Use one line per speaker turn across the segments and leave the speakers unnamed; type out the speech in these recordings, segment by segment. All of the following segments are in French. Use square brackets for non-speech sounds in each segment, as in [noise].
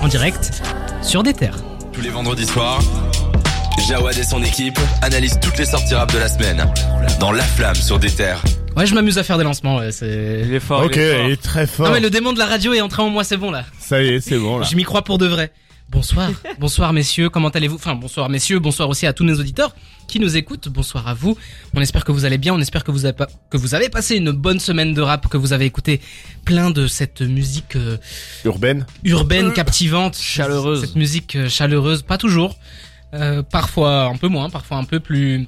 en direct sur des terres.
Tous les vendredis soirs, Jawad et son équipe analysent toutes les sorties rap de la semaine dans La Flamme sur des terres.
Ouais, je m'amuse à faire des lancements, ouais, c'est...
Il est fort.
Ok,
il est fort.
il est très fort.
Non mais le démon de la radio est entré en moi, c'est bon là.
Ça y est, c'est bon là.
Je m'y crois pour de vrai.
[laughs]
Bonsoir, bonsoir messieurs, comment allez-vous Enfin, bonsoir messieurs, bonsoir aussi à tous nos auditeurs qui nous écoutent, bonsoir à vous. On espère que vous allez bien, on espère que vous avez, pas- que vous avez passé une bonne semaine de rap, que vous avez écouté plein de cette musique euh,
Urbaine.
urbaine, captivante,
Euh, Chaleureuse.
cette musique euh, chaleureuse, pas toujours, Euh, parfois un peu moins, parfois un peu plus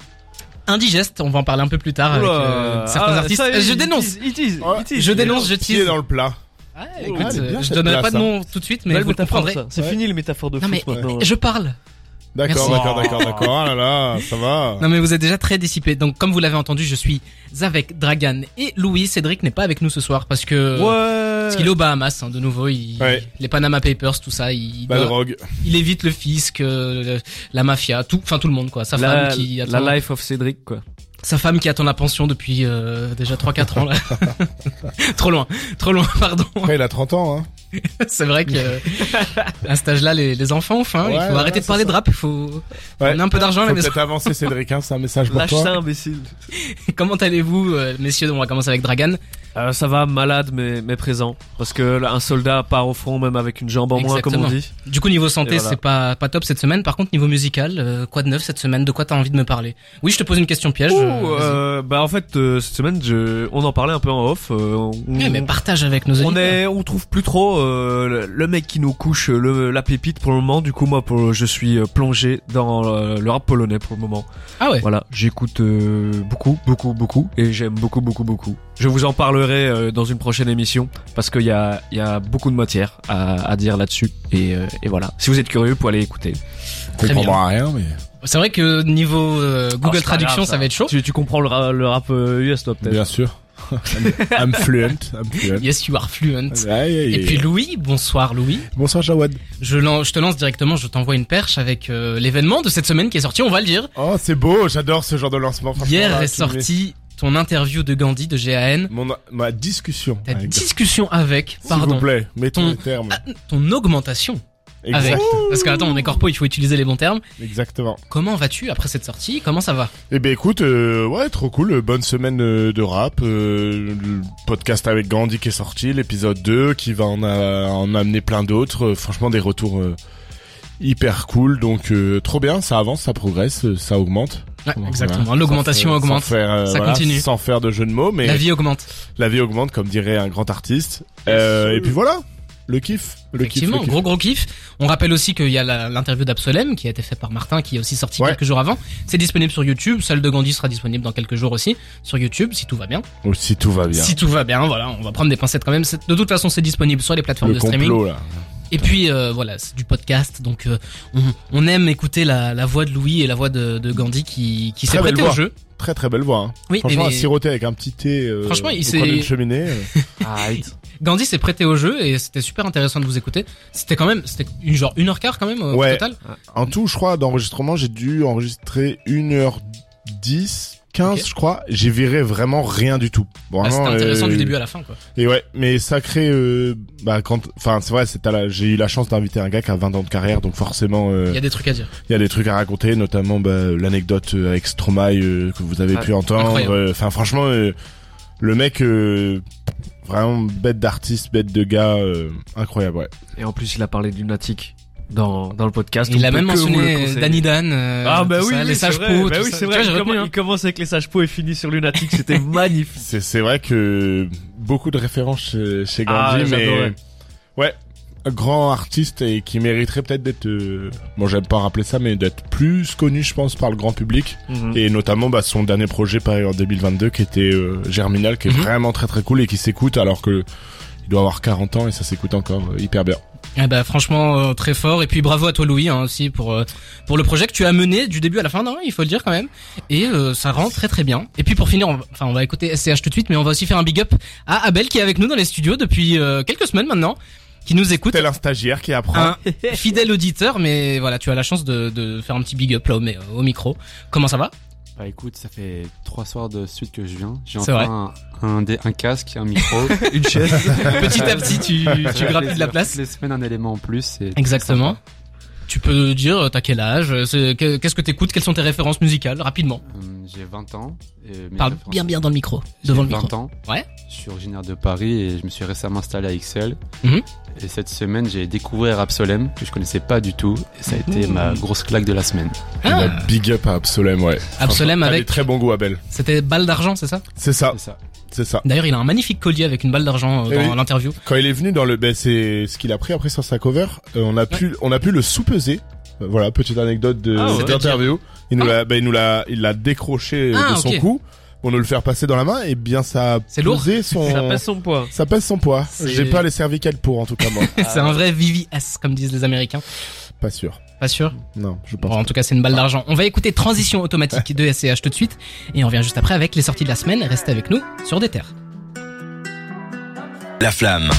indigeste, on va en parler un peu plus tard avec
Oula.
euh, certains
Ah,
artistes.
ça y est,
Euh, je
il
dénonce
tease, il tease,
Ouais.
il tease.
je dénonce, je
Qui est
tease.
dans le plat.
Ah,
Oh,
écoute,
elle est bien,
euh, je
cette
donnerai pas
place,
de
hein.
nom tout de suite, mais
Belle
vous le
métaphore,
comprendrez.
ça. C'est
Ouais.
fini les métaphores de
Non mais
foot maintenant.
je parle. Merci.
D'accord, d'accord, d'accord, d'accord. Ah là là, ça va.
Non mais vous êtes déjà très dissipé. Donc comme vous l'avez entendu, je suis avec Dragan et Louis. Cédric n'est pas avec nous ce soir parce
Euh,
que parce qu'il est
Ouais.
aux Bahamas hein, de nouveau. Il,
Ouais. Bah,
Les Panama Papers, tout ça. Il,
Pas de
doit-
drogue.
il évite le fisc, euh, la mafia, tout, enfin tout le monde quoi. Sa
La,
femme qui attend,
la life of Cédric quoi.
sa femme qui attend la pension depuis euh, déjà 3-4 ans
[laughs]
là. trop loin, trop loin, pardon.
Après, il a 30 ans, hein.
[laughs] C'est vrai que euh, à cet âge-là, les, les enfants, enfin, il
Ouais,
faut
ouais,
arrêter de
c'est
parler
ça.
de rap. Il faut
Ouais.
on a un peu d'argent à la
Faut
maison.
peut-être avancer, Cédric, hein. C'est un message pour
Lâche ça
toi.
imbécile.
Comment allez-vous, euh, messieurs On va commencer avec Dragan.
Euh, ça va malade mais mais présent parce que là, un soldat part au front même avec une jambe en moins comme on
Exactement.
dit.
Du coup, niveau santé,
Et voilà.
c'est pas, pas top cette semaine. Par contre, niveau musical, euh, quoi de neuf cette semaine De quoi t'as envie de me parler Oui, je te pose une question piège.
Ouh,
euh, vas-y.
euh, bah en fait euh, cette semaine je, on en parlait un peu en off. euh, on,
Ouais, Eh, mais partage avec nos
on
auditeurs.
est, on trouve plus trop euh, le- le mec qui nous couche euh, le, la pépite pour le moment. Du coup moi pour, je suis euh, plongé dans euh, le rap polonais pour le moment.
Ah ouais
Voilà, j'écoute euh, beaucoup, beaucoup, beaucoup, et j'aime beaucoup, beaucoup, beaucoup. Je vous en parlerai euh, dans une prochaine émission, parce qu'il y a, il y a beaucoup de matière à, à dire là-dessus, et, euh, et voilà. Si vous êtes curieux, pour aller écouter.
Très bien.
comprendra rien, mais.
C'est vrai que niveau euh, Google
c'est pas
Traduction,
grave,
ça.
ça.
va être chaud.
Oh, Tu, tu comprends le, ra- le rap euh, US, toi, peut-être
[laughs]
Bien sûr. I'm fluent. I'm fluent.
Yes, you are fluent.
Aïe, aïe, aïe.
Et puis Louis, bonsoir Louis.
Bonsoir, Jawad.
Je, lan- je te lance directement, je t'envoie une perche avec euh, l'événement de cette semaine qui est sorti, on va le dire.
Oh, c'est beau, j'adore ce genre de lancement. franchement,
Hier
là,
est
tu me mets-
sorti ton interview de Gandhi de GAN.
Mon, ma discussion.
Ta
avec-
discussion avec,
S'il vous
pardon,
plaît, mettons
Ton-
les termes.
Ah, ton augmentation
Exact,
avec. Parce que attends, on est corpo, il faut utiliser les bons termes.
Exactement.
Comment vas-tu après cette sortie Comment ça va
Eh ben écoute, euh, ouais, trop cool. euh, Bonne semaine euh, de rap. euh, le podcast avec Gandhi qui est sorti, l'épisode 2 qui va en, a- en amener plein d'autres. euh, franchement, des retours euh, hyper cool. Donc euh, trop bien, ça avance, ça progresse, euh, ça augmente.
Ouais,
Voilà.
Exactement, l'augmentation
Sans-
augmente,
Sans faire, euh,
Ça
voilà,
continue.
Sans faire de jeu de mots, mais
la vie augmente.
la vie augmente, comme dirait un grand artiste. Euh, et puis voilà, le kiff. Le kiff,
Effectivement,
le kiff.
gros gros kiff. On rappelle aussi qu'il y a la- l'interview d'Absolem qui a été faite par Martin, qui est aussi sortie
Ouais.
quelques jours avant. C'est disponible sur YouTube, celle de Gandhi sera disponible dans quelques jours aussi sur YouTube, si tout va bien.
Oh, si tout va bien.
Si tout va bien, voilà, on va prendre des pincettes quand même. C'est- De toute façon, c'est disponible sur les plateformes
le
de streaming.
complot là.
Et puis euh, voilà, c'est du podcast, donc euh, on, on aime écouter la, la voix de Louis et la voix de, de Gandhi qui, qui s'est
Très belle
prêté au
voix.
jeu.
Très très belle voix. Hein.
Oui,
Franchement,
mais-
à siroter avec un petit thé euh,
Franchement, il
au
s'est-
coin d'une cheminée. euh,
Gandhi s'est prêté au jeu et c'était super intéressant de vous écouter. C'était quand même, c'était une genre une heure quart quand même euh, au
Ouais.
total.
En tout, je crois, d'enregistrement, j'ai dû enregistrer 1h10, 15,
Ok.
je crois. J'ai viré vraiment rien du tout.
Ah,
Vraiment,
c'était intéressant
euh,
du début à la fin quoi.
Et ouais, mais sacré, euh, bah, quand, enfin, c'est vrai, c'est à la- j'ai eu la chance d'inviter un gars qui a 20 ans de carrière, donc forcément, euh,
Il
il
y a des trucs à dire.
y, a des trucs à raconter, notamment, bah, l'anecdote euh, avec Stromae euh, que vous avez
Ah,
pu entendre.
incroyable.
Euh, Enfin, franchement, euh, le mec, euh, vraiment bête d'artiste, bête de gars, euh, incroyable, ouais.
Et en plus, il a parlé de lunatique dans, dans le podcast.
Il
on
a
peut
même
que vous le
mentionné
conseiller.
Danny Dan, euh,
Ah bah
tout
oui,
ça,
oui,
les
c'est
sages
vrai,
pots,
bah
tout
oui,
ça. Tu
c'est vrai.
vois, j'ai
il,
retenu,
commence,
hein.
il commence avec les sages pots et finit sur lunatique. [laughs] C'était magnifique.
C'est c'est vrai que beaucoup de références chez, chez
Ah,
Gandhi,
j'adorais.
mais ouais, un grand artiste et qui mériterait peut-être d'être, euh, bon j'aime pas rappeler ça, mais d'être plus connu, je pense, par le grand public
Mhm.
et notamment bah, son dernier projet paru en 2022 qui était euh, Germinal, qui est
Mhm.
vraiment très très cool et qui s'écoute alors que il doit avoir 40 ans et ça s'écoute encore euh, hyper bien.
Ah bah, franchement euh, très fort et puis bravo à toi Louis hein, aussi pour euh, pour le projet que tu as mené du début à la fin, non, il faut le dire quand même. Et euh, ça rend très très bien. Et puis pour finir, on va- enfin on va écouter SCH tout de suite, mais on va aussi faire un big up à Abel qui est avec nous dans les studios depuis euh, quelques semaines maintenant, qui nous écoute.
Tel un stagiaire qui apprend.
Un fidèle auditeur, mais voilà, tu as la chance de, de faire un petit big up là au, mais- au micro. Comment ça va
Bah écoute, ça fait trois soirs de suite que je viens. J'ai
C'est
enfin un, un, dé- un casque, un micro.
[laughs]
Une chaise.
Petit à petit, tu, tu grappilles de la place.
Toutes les semaines, un élément en plus. et-
Exactement. Tu peux dire euh, t'as quel âge, euh, c'est- que- qu'est-ce que t'écoutes, quelles sont tes références musicales, rapidement.
Euh, J'ai 20 ans. et mes
Parle
références-
bien bien dans le micro,
J'ai
devant le
20
micro.
ans.
Ouais.
Je suis originaire de Paris et je me suis récemment installé à XL.
Mhm.
Et cette semaine, j'ai découvert Absolem, que je connaissais pas du tout. Et ça a été
Mhm.
ma grosse claque de la semaine.
Et
Ah,
bah, big up à Absolem, ouais.
Absolem
T'as des
avec,
très bon goût, Abel.
c'était balle d'argent, c'est ça
C'est ça,
Ah.
C'est ça.
c'est ça.
D'ailleurs, il a un magnifique collier avec une balle d'argent euh,
Eh
dans
oui.
l'interview.
Quand il est venu dans le, ben c'est ce qu'il a pris après sur sa cover. euh, on a pu, on a pu le sous-peser. Euh, Voilà, petite anecdote de
Ah,
cette
ouais.
interview. Il nous l'a, ben, il nous l'a, il l'a décroché euh,
Ah,
de son
ok.
cou. On nous le faire passer dans la main, et bien ça a
C'est lourd.
pesé son,
Ça passe son poids.
ça pèse son poids.
C'est-
J'ai pas les cervicales pour, en tout cas moi.
[laughs]
[laughs]
c'est un vrai VVS, comme disent les Américains.
pas sûr.
Pas sûr
Non, je
Bon,
pense.
en tout cas, c'est une balle d'argent. On va écouter Transition automatique de SCH tout de suite. Et on revient juste après avec les sorties de la semaine. Restez avec nous sur des terres.
La flamme.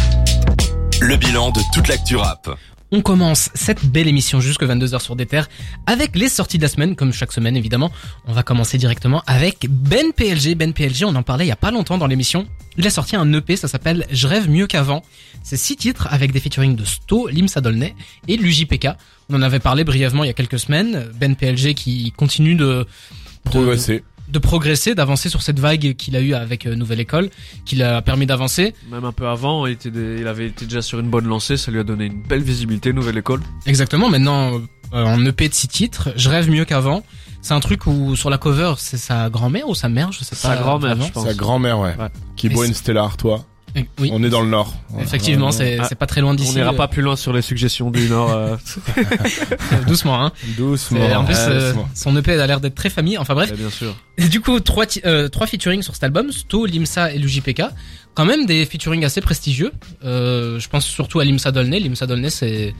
Le bilan de toute l'actu rap.
On commence cette belle émission jusque 22h sur des terres avec les sorties de la semaine, comme chaque semaine évidemment. On va commencer directement avec Ben PLG. Ben PLG, on en parlait il y a pas longtemps dans l'émission. Il a sorti un EP, ça s'appelle Je rêve mieux qu'avant. C'est six titres avec des featuring de Sto, Limsa Dolnay et l'UJPK. On en avait parlé brièvement il y a quelques semaines. Ben PLG qui continue de... de-
Progresser.
de progresser, d'avancer sur cette vague qu'il a eue avec euh, Nouvelle École, qui l'a permis d'avancer.
Même un peu avant, il, était des- il avait été déjà sur une bonne lancée, ça lui a donné une belle visibilité, nouvelle école.
Exactement, maintenant euh, en EP de six titres, je rêve mieux qu'avant. C'est un truc où sur la cover, c'est sa grand-mère ou sa mère, je sais pas.
Sa grand-mère,
vraiment.
je pense.
Sa grand-mère, ouais.
Ouais.
Qui
Mais
boit
c'est-
une Stella Artois.
Euh, Oui,
On est dans le Nord.
effectivement, c'est
Ah,
c'est pas très loin
On
d'ici.
n'ira
euh,
pas plus loin sur les suggestions du Nord. [laughs] euh,
doucement. Hein.
Doucement.
C'est- en plus,
Ouais,
euh,
doucement.
son EP a l'air d'être très famille. Enfin bref,
ouais, bien sûr.
Et du coup, trois, ti- euh, trois featuring sur cet album, Sto, Limsa et l'UJPK. Quand même des featuring assez prestigieux. Euh, je pense surtout à Limsa Dolnay. Limsa Dolnay, c'est...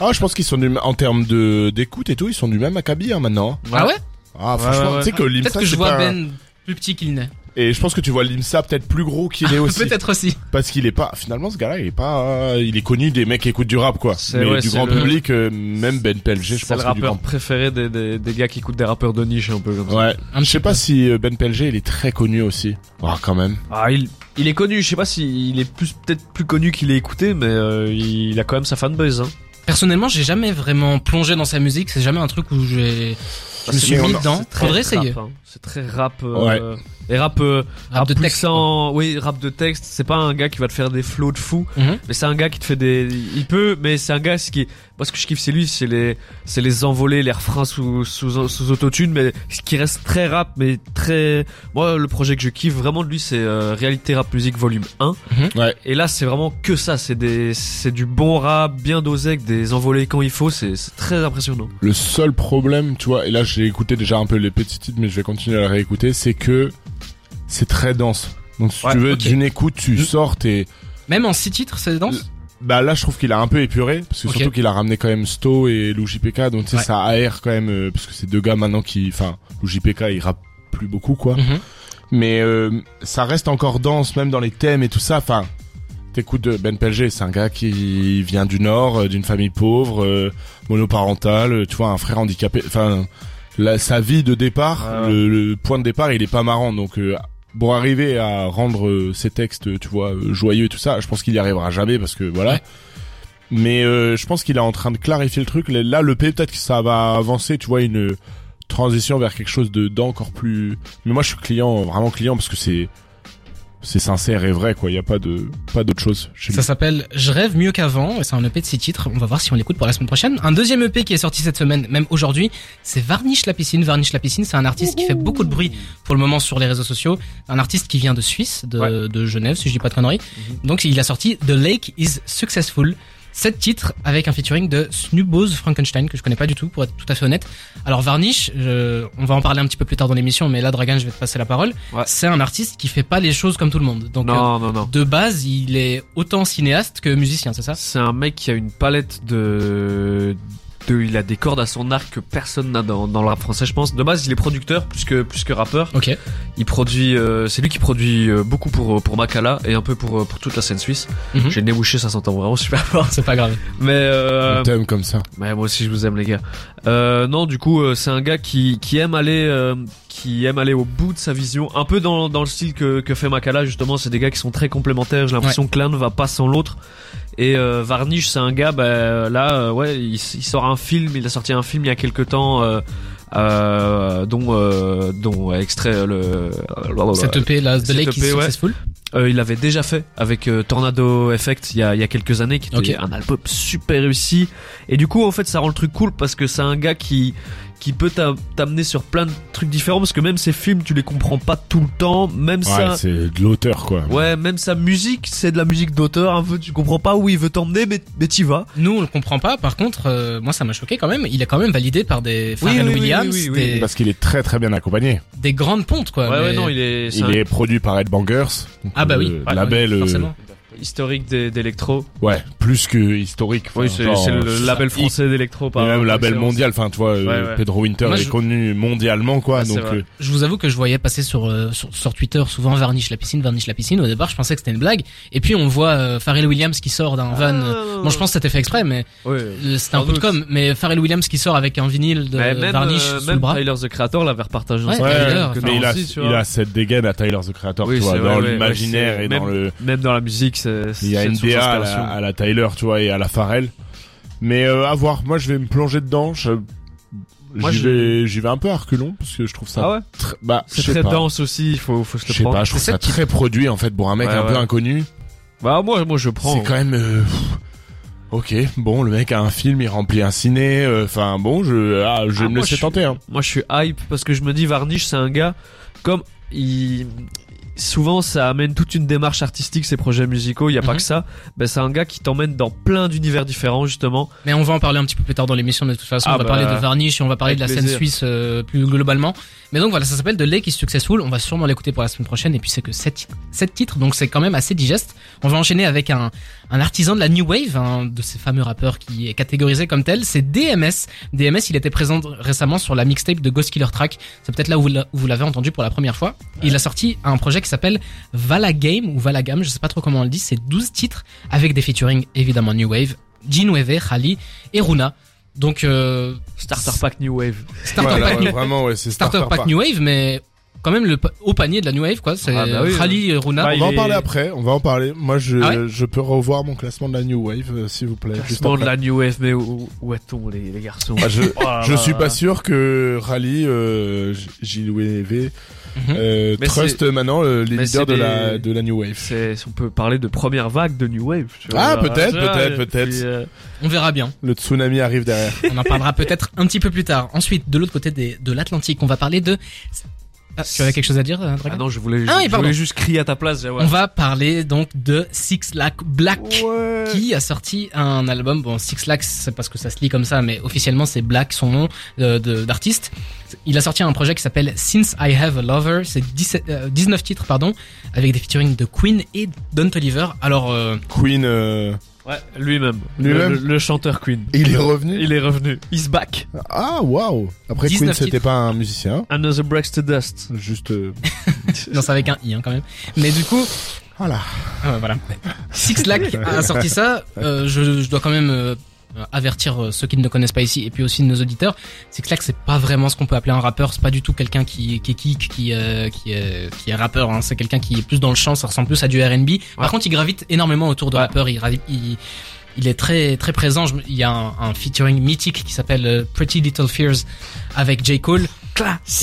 Ah, je pense qu'ils sont du, en termes de, d'écoute et tout, ils sont du même acabit, hein, maintenant.
Ah ouais
Ah,
Ouais,
franchement,
ouais, ouais.
tu sais que l'IMSA.
Peut-être que je
c'est
vois
pas un-
Ben plus petit qu'il n'est.
Et je pense que tu vois l'IMSA peut-être plus gros qu'il
[laughs]
est aussi.
Peut-être aussi.
Parce qu'il est pas, finalement, ce gars-là, il est pas, euh, il est connu des mecs qui écoutent du rap, quoi.
C'est-
Mais
ouais,
du
c'est
grand
le-
public, euh, même Ben PLG, je
C'est le
pense que du
rappeur
grand.
préféré des, des, des gars qui écoutent des rappeurs de niche un peu comme ça.
Ouais.
Un
Je
petit
sais pas si euh, Ben PLG, il est très connu aussi. Ah, quand même.
Ah, il, il est connu, je sais pas s'il est plus peut-être plus connu qu'il est écouté, mais euh, il a quand même sa fanbase. Hein.
Personnellement, j'ai jamais vraiment plongé dans sa musique. C'est jamais un truc où j'ai. Je me
c'est-
suis
mais
mis
on-
dedans. Faudrait essayer.
rap, hein. C'est très rap. euh, Et rap, euh,
Rap de texte.
poussant, Oui, rap de texte. C'est pas un gars qui va te faire des flots de fou,
Mhm.
mais c'est un gars qui te fait des. Il peut, mais c'est un gars ce qui. Moi, ce que je kiffe, c'est lui, c'est les, c'est les envolées, les refrains sous sous sous autotune, mais ce qui reste très rap, mais très. Moi, le projet que je kiffe vraiment de lui, c'est euh, Réalité Rap Musique Volume 1.
Mhm.
Ouais.
Et là, c'est vraiment que ça. C'est des, c'est du bon rap, bien dosé, avec des envolées quand il faut. C'est, c'est très impressionnant.
Le seul problème, tu vois, et là, j'ai écouté déjà un peu les petits titres, mais je vais continuer à le réécouter, c'est que c'est très dense. Donc, si
Ouais, Mm.
tu veux,
ok.
d'une écoute, tu sors, t'es,
Même en six titres, c'est dense.
Bah là, je trouve qu'il a un peu épuré, parce que
Ok.
surtout qu'il a ramené quand même Sto et Lou JPK, donc tu sais,
Ouais.
ça aère quand même, euh, parce que c'est deux gars maintenant qui, enfin, Lou JPK, il rappe plus beaucoup, quoi.
Mhm.
Mais euh, ça reste encore dense, même dans les thèmes et tout ça, enfin, t'écoutes de Ben Pelgé, c'est un gars qui vient du Nord, euh, d'une famille pauvre, euh, monoparentale, euh, tu vois, un frère handicapé, enfin, la- sa vie de départ,
Ouais.
le, le point de départ, il est pas marrant, donc... euh, pour arriver à rendre euh, ses textes, euh, tu vois, euh, joyeux et tout ça, je pense qu'il y arrivera jamais parce que voilà.
Ouais.
Mais euh, je pense qu'il est en train de clarifier le truc. Là, le P, peut-être que ça va avancer, tu vois, une transition vers quelque chose de d'encore plus. Mais moi, je suis client, vraiment client, parce que c'est c'est sincère et vrai, quoi. Il y a pas de pas d'autre chose. Chez
Ça s'appelle Je rêve mieux qu'avant. et C'est un EP de six titres. On va voir si on l'écoute pour la semaine prochaine. Un deuxième EP qui est sorti cette semaine, même aujourd'hui, c'est Varnish la piscine. Varnish la piscine, c'est un artiste qui fait beaucoup de bruit pour le moment sur les réseaux sociaux. Un artiste qui vient de Suisse, de, de Genève, si je dis pas de conneries.
Mhm.
Donc il a sorti The Lake is Successful. Sept titres avec un featuring de Snubose Frankenstein que je connais pas du tout pour être tout à fait honnête. Alors Varnish, euh, on va en parler un petit peu plus tard dans l'émission, mais là Dragan, je vais te passer la parole.
Ouais.
C'est un artiste qui fait pas les choses comme tout le monde. Donc euh,
Non, non, non.
de base, il est autant cinéaste que musicien, c'est ça
C'est un mec qui a une palette de... de. Il a des cordes à son arc que personne n'a dans, dans le rap français, je pense. De base, il est producteur plus que, plus que rappeur.
Ok.
Il produit. euh, c'est lui qui produit euh, beaucoup pour, pour Makala et un peu pour, euh, pour toute la scène suisse.
Mhm.
J'ai le nez bouché, ça s'entend vraiment super fort.
C'est pas grave.
Mais. Euh...
Un thème comme ça.
Ouais, moi aussi je vous aime les gars. Euh, non, du coup, euh, c'est un gars qui, qui aime aller, euh, qui- qui aime aller au bout de sa vision, un peu dans, dans le style que, que fait Makala justement. C'est des gars qui sont très complémentaires. J'ai l'impression que l'un ne va pas sans l'autre. Et euh, Varnish, c'est un gars, bah, là, euh, ouais, il, s- il sort un film. Il a sorti un film il y a quelque temps. euh, euh, dont euh, dont euh, extrait euh, le
Cette EP là, The
bah, Cette
Lake is
EP, ouais.
Successful.
euh, il l'avait déjà fait avec euh, Tornado Effect il y a, il y a quelques années, qui était
Ok.
un album super réussi. Et du coup, en fait, ça rend le truc cool parce que c'est un gars qui qui peut t'a- t'amener sur plein de trucs différents parce que même ses films, tu les comprends pas tout le temps, même ça.
Ouais, c'est de l'auteur, quoi.
Ouais, même sa musique, c'est de la musique d'auteur, un peu, tu comprends pas où il veut t'emmener, mais, mais t'y vas.
Nous, on le comprend pas. Par contre, euh, moi, ça m'a choqué quand même. Il est quand même validé par des Pharrell
oui, oui,
Williams,
oui, oui, oui.
des,
Parce qu'il est très très bien accompagné.
des grandes pontes, quoi.
Ouais, ouais,
mais-
non, il est, c'est
Il
un
est produit par Ed Bangers. donc
Ah bah oui,
le
Ouais,
label.
oui,
euh,
forcément.
historique des- d'électro.
ouais, plus que historique.
Oui,
Enfin,
c'est
genre,
c'est le
euh,
label français d'électro,
Et
par
même
par
label
excellence.
mondial, enfin, tu vois, euh,
Ouais, ouais.
Pedro Winter
Moi,
est
je-
connu mondialement, quoi.
Ouais, c'est
donc,
vrai.
euh,
Je vous avoue que je voyais passer sur, euh, sur sur Twitter souvent Varnish la piscine, Varnish la piscine. Au départ, je pensais que c'était une blague. Et puis on voit euh, Pharrell Williams qui sort d'un
Ah,
van. euh, Bon, je pense que c'était fait exprès, mais
Ouais.
euh, c'était un
Sans
peu de
doute.
com. Mais Pharrell Williams qui sort avec un vinyle de
Ouais, même,
Varnish
euh,
sous
même
le bras.
Tyler the Creator l'avait repartagé
Ouais,
sur
Tyler,
Twitter,
enfin,
que
mais il a,
aussi, tu
il
vois.
a cette dégaine à Tyler the Creator,
Oui,
tu vois,
c'est vrai,
dans
ouais,
l'imaginaire
ouais,
et
c'est-
dans le.
même dans la musique c'est
Il y a
c'est
une
source
DA à
d'inspiration.
la, à la Tyler, tu vois, et à la Pharrell. Mais euh, à voir, moi je vais me plonger dedans. Je...
Moi,
j'y
je-
vais, j'y vais un peu à reculons parce que je trouve ça.
ah ouais
tr- Bah, je
c'est
sais
très
pas.
dense aussi il faut faut se
Je
le
sais
prendre
pas, je trouve
C'est ça
ça
qui-
très produit en fait pour un mec
Ouais,
un peu
ouais.
inconnu.
bah moi moi je prends
C'est quand même. euh, pff, Ok, bon, le mec a un film, il remplit un ciné. euh, Enfin bon, je, ah, je vais
Ah,
me
moi,
laisser
je-
tenter. Hein.
moi je suis hype parce que je me dis Varnish c'est un gars comme il souvent ça amène toute une démarche artistique ces projets musicaux il y a pas
Mhm.
que ça ben c'est un gars qui t'emmène dans plein d'univers différents justement
Mais on va en parler un petit peu plus tard dans l'émission, mais de toute façon,
Ah
on va
bah,
parler de Varnish et on va parler
avec
de la scène
plaisir.
suisse euh, plus globalement. Mais donc voilà, ça s'appelle The Lake is Successful. On va sûrement l'écouter pour la semaine prochaine. Et puis c'est que 7, titres, donc c'est quand même assez digeste. On va enchaîner avec un, un artisan de la New Wave, un de ces fameux rappeurs qui est catégorisé comme tel. C'est DMS. DMS, il était présent récemment sur la mixtape de Ghost Killer Track. C'est peut-être là où, la- où vous l'avez entendu pour la première fois. Il a sorti un projet qui s'appelle Vala Game ou Valagam, je sais pas trop comment on le dit. C'est 12 titres avec des featuring évidemment New Wave. Gene Weve, Khali, et Runa. Donc euh,
starter pack new wave
starter,
Voilà,
pack,
ouais,
new,
vraiment, ouais, c'est
starter pack New Wave, mais quand même le pa- au panier de la New Wave, quoi. C'est
Ah bah oui,
Rally et Runa.
Bah,
On
il
va en
est-
parler après, on va en parler. Moi, je,
Ah ouais
je peux revoir mon classement de la New Wave, euh, s'il vous plaît. juste
Classement de
après.
la new wave mais où, où est-on les, les garçons
Ah, je,
[laughs] Oh là
je
là
suis
là
pas
là.
sûr que Rally, euh, J- Gilles Wevé,
Mhm.
euh,
Mais
Trust
c'est-
euh, maintenant euh, les
mais
leaders
c'est
de la,
des-
de la New Wave.
C'est, on peut parler de première vague de New Wave. tu
Ah,
vois.
peut-être,
Ça,
peut-être,
et
peut-être.
puis, euh,
On verra bien.
Le tsunami
[laughs]
arrive derrière.
On en parlera peut-être un petit peu plus tard. Ensuite, de l'autre côté des- de l'Atlantique, on va parler de. Ah, tu avais quelque chose à dire, euh, Dragan
Ah non, je voulais,
Ah oui,
je
pardon.
voulais juste crier à ta place. Jawad.
On va parler donc de Six Lack Black.
Euh,
Qui a sorti un album, bon Six Lack c'est parce que ça se lit comme ça, mais officiellement c'est Black son nom euh, de- d'artiste. Il a sorti un projet qui s'appelle Since I Have a Lover, c'est 17 euh, 19 titres pardon, avec des featuring de Queen et Don Toliver. Alors euh,
Queen, euh,
Ouais, lui-même.
Lui-même.
Le, le- le chanteur Queen.
il est revenu.
Il est revenu. He's back.
Ah waouh. Après
19
Queen, c'était
titres.
pas un musicien,
Another breaks to dust.
juste euh,
non c'est avec un i hein, quand même. Mais du coup
voilà.
Ah ouais, voilà. Six Lack a sorti ça. Euh, je, je dois quand même euh, avertir euh, ceux qui ne le connaissent pas ici et puis aussi nos auditeurs. Six Lack, c'est pas vraiment ce qu'on peut appeler un rappeur. C'est pas du tout quelqu'un qui qui kick, qui euh, qui, euh, qui est rappeur. hein. C'est quelqu'un qui est plus dans le chant. Ça ressemble plus à du R&B. Par
Ouais.
contre, il gravite énormément autour de
Ouais.
rappeurs. Il, ravi- il il est très très présent. Je me- il y a un, un featuring mythique qui s'appelle euh, Pretty Little Fears avec J Cole.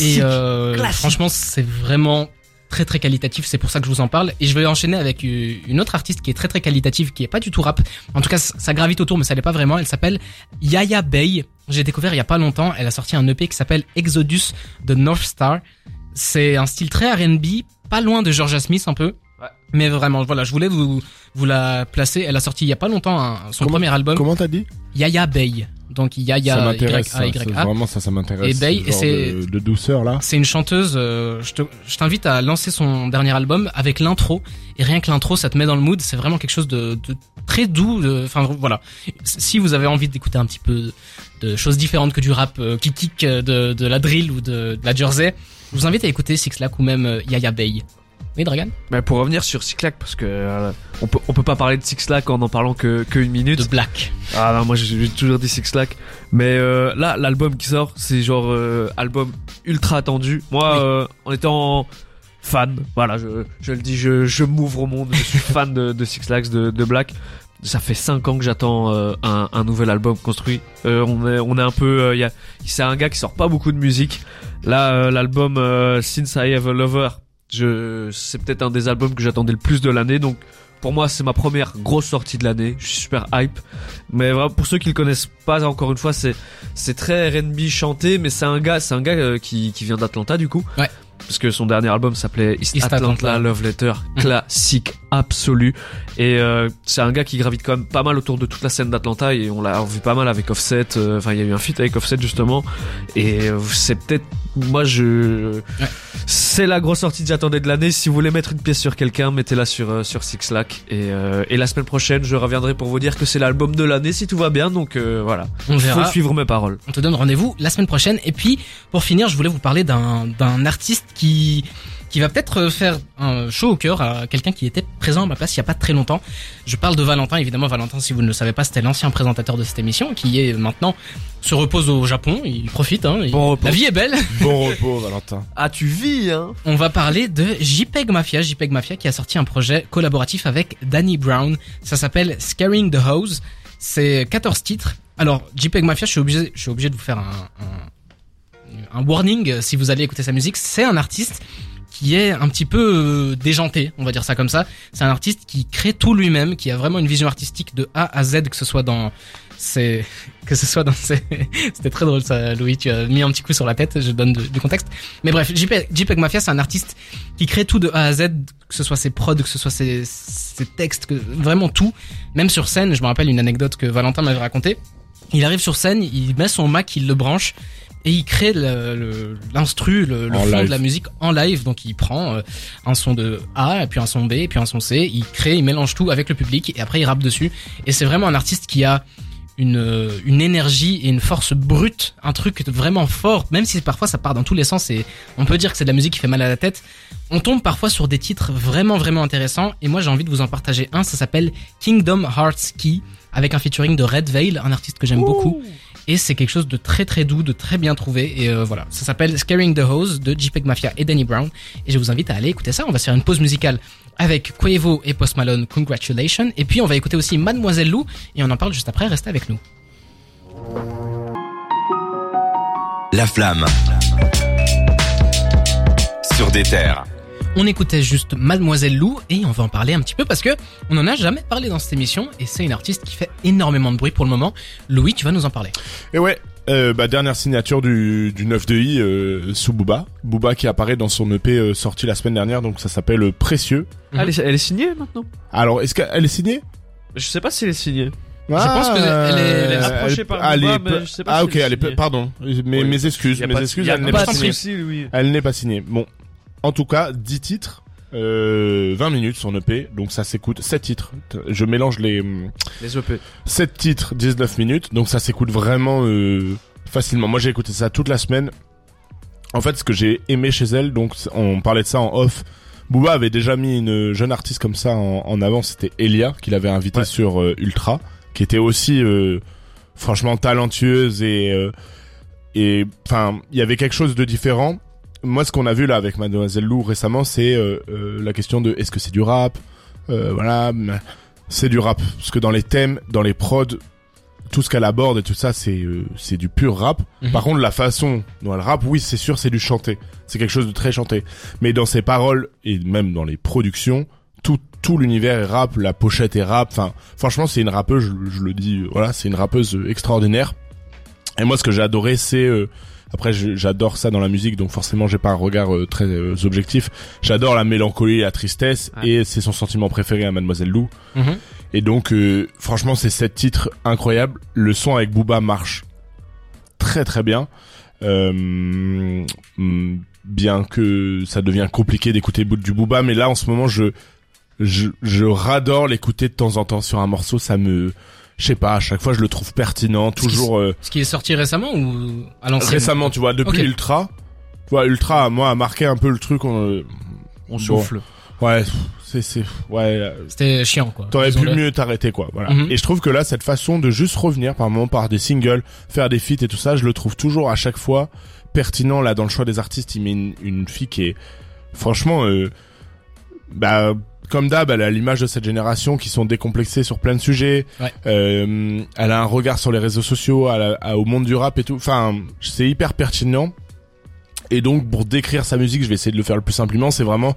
Et euh, franchement, c'est vraiment très très qualitatif. C'est pour ça que je vous en parle. Et je vais enchaîner avec euh, une autre artiste qui est très très qualitative, qui est pas du tout rap. En tout cas, ça ça gravite autour, mais ça l'est pas vraiment. Elle s'appelle Yaya Bay. J'ai découvert il y a pas longtemps. Elle a sorti un EP qui s'appelle Exodus de North Star. C'est un style très R&B, pas loin de Georgia Smith un peu.
Ouais.
Mais vraiment, voilà, je voulais vous vous la placer. Elle a sorti il y a pas longtemps un- son
Comment-
premier album
Comment t'as dit
Yaya Bay. Donc
Ça
Yaya
m'intéresse.
Y A
ça,
Y
ça,
A.
Vraiment, ça, ça m'intéresse.
Et Bay,
ce
et
genre
c'est-
de, de
[laughs]
douceur là.
C'est une chanteuse, euh, je te- je t'invite à lancer son dernier album avec l'intro. Et rien que l'intro, ça te met dans le mood. C'est vraiment quelque chose de, de très doux. de- Enfin voilà. Si vous avez envie d'écouter un petit peu de choses différentes que du rap euh, qui kick, euh, de, de la drill ou de, de la jersey, je vous invite à écouter Six Lack ou même euh, Yaya Bay. Oui, Dragan
Mais pour revenir sur Six Lack, parce que euh, on peut on peut pas parler de Six Lack en en parlant que que une minute.
De Black.
Ah non, moi j'ai j'ai toujours dit Six Lack. Mais euh, là, l'album qui sort, c'est genre euh, album ultra attendu. Moi,
Oui.
euh, en étant fan, voilà, je, je le dis, je, je m'ouvre au monde, je suis [laughs] fan de, de Six Lack, de, de Black. Ça fait 5 ans que j'attends euh, un, un nouvel album construit. Euh, on est on est un peu, euh, il y a- c'est un gars qui sort pas beaucoup de musique. Là, euh, l'album euh, Since I Have a Lover, je, c'est peut-être un des albums que j'attendais le plus de l'année, donc. Pour moi, c'est ma première grosse sortie de l'année. Je suis super hype. Mais vraiment, pour ceux qui le connaissent pas, encore une fois, c'est c'est très R&B chanté, mais c'est un gars, c'est un gars euh, qui qui vient d'Atlanta du coup.
Ouais.
Parce que son dernier album s'appelait East,
East
Atlanta,
Atlanta. Mmh.
Love Letter, classique absolu. Et euh, c'est un gars qui gravite quand même pas mal autour de toute la scène d'Atlanta et on l'a vu pas mal avec Offset. euh, Enfin, il y a eu un feat avec Offset justement. Et euh, c'est peut-être, moi je, c'est la grosse sortie que j'attendais de l'année. Si vous voulez mettre une pièce sur quelqu'un, mettez-la sur, euh, sur Six Lack. Et, euh, et la semaine prochaine, je reviendrai pour vous dire que c'est l'album de l'année si tout va bien. Donc euh, voilà.
On verra.
Faut suivre mes paroles.
On te donne rendez-vous la semaine prochaine. Et puis, pour finir, je voulais vous parler d'un d'un artiste qui qui va peut-être faire un chaud au cœur à quelqu'un qui était présent à ma place il y a pas très longtemps. Je parle de Valentin, évidemment Valentin, si vous ne le savez pas, c'était l'ancien présentateur de cette émission qui est maintenant se repose au Japon. Il profite. Hein, Il-
Bon repos.
La vie est belle.
Bon repos, Valentin.
Ah, tu vis, hein
On va parler de JPEG Mafia. JPEG Mafia qui a sorti un projet collaboratif avec Danny Brown. Ça s'appelle Scaring the House. C'est 14 titres. Alors, JPEG Mafia, je suis obligé, je suis obligé de vous faire un, un, un warning euh, si vous allez écouter sa musique. C'est un artiste qui est un petit peu euh, déjanté, on va dire ça comme ça. C'est un artiste qui crée tout lui-même, qui a vraiment une vision artistique de A à Z, que ce soit dans ses, [laughs] que ce soit dans ses, [laughs] c'était très drôle ça, Louis, tu as mis un petit coup sur la tête, je donne du- du contexte. Mais bref, JPEG, JPEG E Mafia, c'est un artiste qui crée tout de A à Z, que ce soit ses prods, que ce soit ses, ses textes, que, vraiment tout. Même sur scène, je me rappelle une anecdote que Valentin m'avait racontée. Il arrive sur scène, il met son Mac, il le branche et il crée le- le- l'instru, le, le,
En
fond
live.
de la musique en live. Donc il prend euh, un son de A, et puis un son B, et puis un son C. Il crée, il mélange tout avec le public et après il rappe dessus. Et c'est vraiment un artiste qui a une, euh, une énergie et une force brute, un truc vraiment fort, même si parfois ça part dans tous les sens et on peut dire que c'est de la musique qui fait mal à la tête. On tombe parfois sur des titres vraiment vraiment intéressants et moi j'ai envie de vous en partager un, ça s'appelle Kingdom Hearts Key avec un featuring de Red Veil, un artiste que j'aime beaucoup et c'est quelque chose de très très doux, de très bien trouvé et euh, voilà, ça s'appelle Scaring the Hose de JPEG Mafia et Danny Brown et je vous invite à aller écouter ça, on va se faire une pause musicale avec Quavo et Post Malone, Congratulations et puis on va écouter aussi Mademoiselle Lou et on en parle juste après, restez avec nous.
La flamme. Sur des terres.
On écoutait juste Mademoiselle Lou et on va en parler un petit peu parce que on n'en a jamais parlé dans cette émission et c'est une artiste qui fait énormément de bruit pour le moment. Louis, tu vas nous en parler.
Et ouais, euh, bah, dernière signature du, du 9 de I euh, sous Booba. Booba qui apparaît dans son EP euh, sorti la semaine dernière, donc ça s'appelle euh, Précieux.
Mhm.
elle, est, elle est signée maintenant
Alors, est-ce qu'elle est signée
Je sais pas si elle est signée.
pense que elle est- elle est
approchée par Booba,
Ah, euh, elle est-
mais je sais pas
ah
si
ok,
elle est
elle est,
signée.
pardon. Mes,
Oui.
mes excuses, mes excuses, elle n'est pas,
pas de
signée.
souci.
oui.
Elle n'est pas signée. Bon, en tout cas, 10 titres, euh, 20 minutes son EP, donc ça s'écoute 7 titres. Je mélange les hum,
Les EP.
7 titres, 19 minutes, donc ça s'écoute vraiment euh, facilement. Moi j'ai écouté ça toute la semaine. En fait, ce que j'ai aimé chez elle, donc on parlait de ça en off. Booba avait déjà mis une jeune artiste comme ça en, en avant, c'était Elia qu'il avait invitée sur euh, Ultra, qui était aussi euh, franchement talentueuse et euh, et enfin il y avait quelque chose de différent. Moi, ce qu'on a vu là avec Mademoiselle Lou récemment, c'est euh, euh, la question de est-ce que c'est du rap, Euh, voilà, mais c'est du rap parce que dans les thèmes, dans les prods, tout ce qu'elle aborde et tout ça, c'est euh, c'est du pur rap.
Mhm.
Par contre, la façon dont elle rappe, oui, c'est sûr, c'est du chanté. C'est quelque chose de très chanté. Mais dans ses paroles et même dans les productions, tout, tout l'univers est rap, la pochette est rap. Enfin, franchement, c'est une rappeuse, je, je le dis, euh, voilà, c'est une rappeuse euh, extraordinaire. Et moi, ce que j'ai adoré, c'est... euh, après, je- j'adore ça dans la musique, donc forcément, j'ai pas un regard euh, très euh, objectif. J'adore la mélancolie et la tristesse,
Ouais.
et c'est son sentiment préféré à Mademoiselle Lou.
Mhm.
Et donc, euh, franchement, c'est sept titres incroyables. Le son avec Booba marche très très bien. Euh, mm, bien que ça devient compliqué d'écouter bout du Booba, mais là en ce moment, je je, je radore l'écouter de temps en temps sur un morceau. Ça me, je sais pas, à chaque fois, je le trouve pertinent,
qu'il
toujours. euh,
Ce qui est sorti récemment ou à l'ancienne
récemment, tu vois, depuis
Ok.
Ultra. Tu vois, Ultra, moi, a marqué un peu le truc. on, euh,
on souffle.
Ouais, pff, c'est, c'est, ouais. euh,
C'était chiant, quoi.
T'aurais pu
Disons-le.
mieux t'arrêter, quoi. Voilà.
Mhm.
Et je trouve que là, cette façon de juste revenir par moment par des singles, faire des feats et tout ça, je le trouve toujours à chaque fois pertinent là dans le choix des artistes. Il met une, une fille qui est, franchement, euh, bah. Comme d'hab, elle a l'image de cette génération qui sont décomplexés sur plein de sujets.
Ouais.
Euh, elle a un regard sur les réseaux sociaux, elle a- a- au monde du rap et tout. Enfin, c'est hyper pertinent. Et donc, pour décrire sa musique, je vais essayer de le faire le plus simplement. C'est vraiment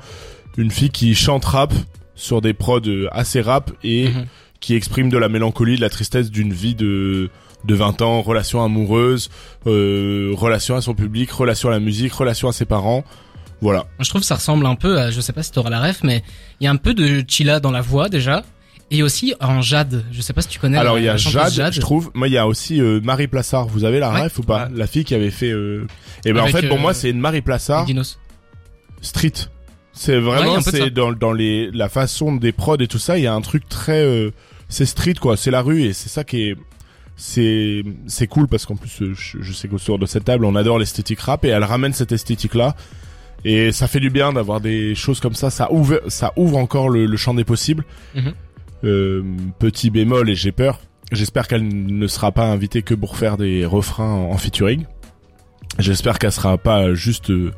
une fille qui chante rap sur des prods euh, assez rap et
Mhm.
qui exprime de la mélancolie, de la tristesse d'une vie de de 20 ans, relation amoureuse, euh, relation à son public, relation à la musique, relation à ses parents. Voilà.
Je trouve que ça ressemble un peu à, je sais pas si t'auras la ref, mais il y a un peu de Chila dans la voix déjà. Et aussi en Jade. Je sais pas si tu connais.
Alors
la-
il y a
la chanteuse
Jade, je trouve. Moi il y a aussi euh, Marie Plassard. Vous avez la
Ouais.
ref ou pas La fille qui avait fait. Euh... Et ben
Avec,
en fait pour
euh,
moi c'est une Marie Plassard
Dinos.
street. C'est
Ouais, y
vraiment
a un peu de ça.
c'est dans dans les la façon des prods et tout ça. Il y a un truc très euh, c'est street quoi. C'est la rue et c'est ça qui est c'est c'est cool parce qu'en plus euh, je, je sais qu'au soir de cette table on adore l'esthétique rap et elle ramène cette esthétique là et ça fait du bien d'avoir des choses comme ça ça ouvre ça ouvre encore le, le champ des possibles
Mhm.
Euh, petit bémol et j'ai peur j'espère qu'elle ne sera pas invitée que pour faire des refrains en, en featuring j'espère qu'elle sera pas juste euh,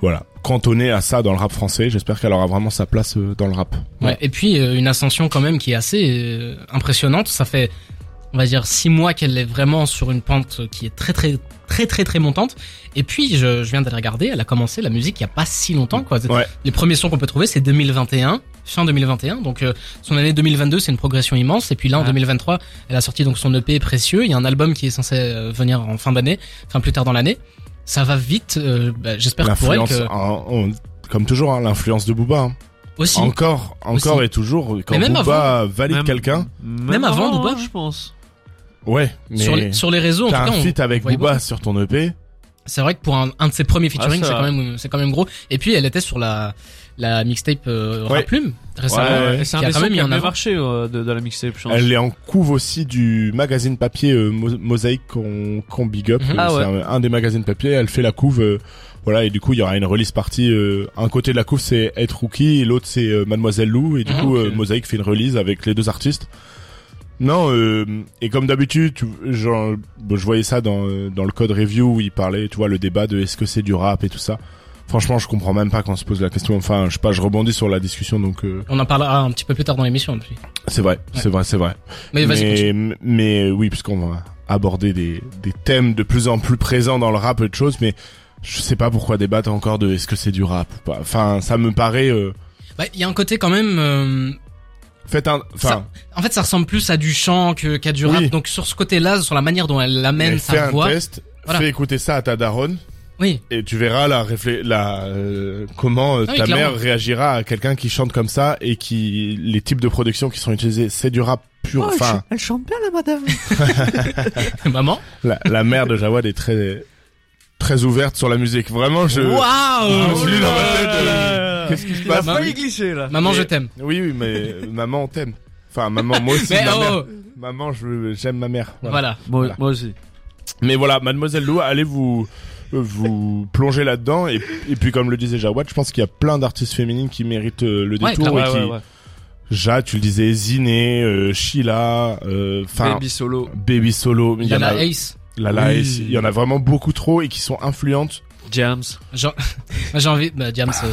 voilà cantonnée à ça dans le rap français j'espère qu'elle aura vraiment sa place euh, dans le rap
Ouais. Et puis euh, une ascension quand même qui est assez euh, impressionnante. Ça fait, on va dire, six mois qu'elle est vraiment sur une pente qui est très très très très très montante. Et puis je, je viens d'aller regarder, elle a commencé la musique il y a pas si longtemps quoi.
Ouais.
Les premiers sons qu'on peut trouver c'est 2021, fin 2021. Donc euh, son année 2022 c'est une progression immense. Et puis là en
Ah.
2023 elle a sorti donc son EP précieux. Il y a un album qui est censé euh, venir en fin d'année, enfin plus tard dans l'année. Ça va vite. euh, bah, J'espère pour elle que
l'influence hein, on- comme toujours hein, l'influence de Booba hein.
aussi.
Encore, encore et toujours. Quand
même
Booba valide
Même-
quelqu'un,
Même avant,
avant,
Booba,
hein, je pense.
ouais. Mais
Sur les, sur les réseaux, en tout
t'as
cas,
un
on-
feat avec
on va y
Booba sur ton E EP.
C'est vrai que pour un, un de ses premiers featuring,
Ah,
c'est
ça-
quand même c'est quand même gros. Et puis elle était sur la la mixtape euh,
Ouais.
Raplume récemment.
Ouais, ouais.
Et c'est un
Qui a
des
quand
sons
même
qui
mis
a
en
bien
avant.
marché euh, de, de la mixtape, je pense.
Elle est en couve aussi du magazine papier euh, Mo- Mosaïque qu'on qu'on big up.
Mhm.
Euh,
Ah
c'est
ouais.
un, un des magazines papier. Elle fait la couve. euh, voilà et du coup il y aura une release partie. euh, un côté de la couve c'est être rookie et l'autre c'est euh, Mademoiselle Lou et du
Ah,
coup
ok.
euh, Mosaïque fait une release avec les deux artistes. Non euh, et comme d'habitude tu- genre bon, je voyais ça dans euh, dans le code review où il parlait tu vois le débat de est-ce que c'est du rap et tout ça. Franchement je comprends même pas quand on se pose la question. Enfin je sais pas je rebondis sur la discussion donc euh,
On en parlera un petit peu plus tard dans l'émission. puis.
c'est vrai c'est vrai c'est vrai.
Mais vas-y. continue.
Mais, mais, euh, oui, puisqu'on va aborder des, des thèmes de plus en plus présents dans le rap, peu de choses, mais je sais pas pourquoi débattre encore de est-ce que c'est du rap ou pas. Enfin, ça me paraît. euh,
Bah, Il y a un côté quand même. euh,
faites un. Enfin,
en fait, ça ressemble plus à du chant que qu'à du
Oui.
rap. Donc sur ce côté-là, sur la manière dont elle
mais
amène
fais
sa
un
voix.
test,
Voilà.
fais écouter ça à ta daronne
Oui. [laughs]
et tu verras la réflé- la euh, comment euh,
Ah oui,
ta
clairement.
mère réagira à quelqu'un qui chante comme ça et qui les types de production qui sont utilisés, c'est du rap pur.
Oh,
Enfin,
Oh, elle chante bien, la madame.
Maman.
la, la mère de Jawad est très très ouverte sur la musique. Vraiment, je.
Waouh.
Je me suis dit Ah, dans ma tête, euh, Qu'est-ce qui se
Oh, Il a
passe
failli glisser, là.
Maman,
Mais-
je t'aime.
Oui, oui, mais [laughs] euh, maman, on t'aime. Enfin, maman, moi aussi,
Mais
ma
oh,
mère.
oh,
Maman, je- j'aime ma mère. Voilà.
voilà.
Moi,
Voilà.
moi aussi.
Mais voilà, mademoiselle Lou, allez vous euh, vous plonger là-dedans et, et puis comme le disait Jawad, je pense qu'il y a plein d'artistes féminines qui méritent euh, le
Ouais,
détour
clairement.
et qui Ja, tu le disais, Ziné, euh, Sheila, euh, enfin
Baby solo.
Baby Solo, mais
Il y en a Ace.
Lala
Oui.
Ace, il y en a vraiment beaucoup trop et qui sont influentes.
Jams.
Jean- Moi, j'ai envie, bah, Diams, euh,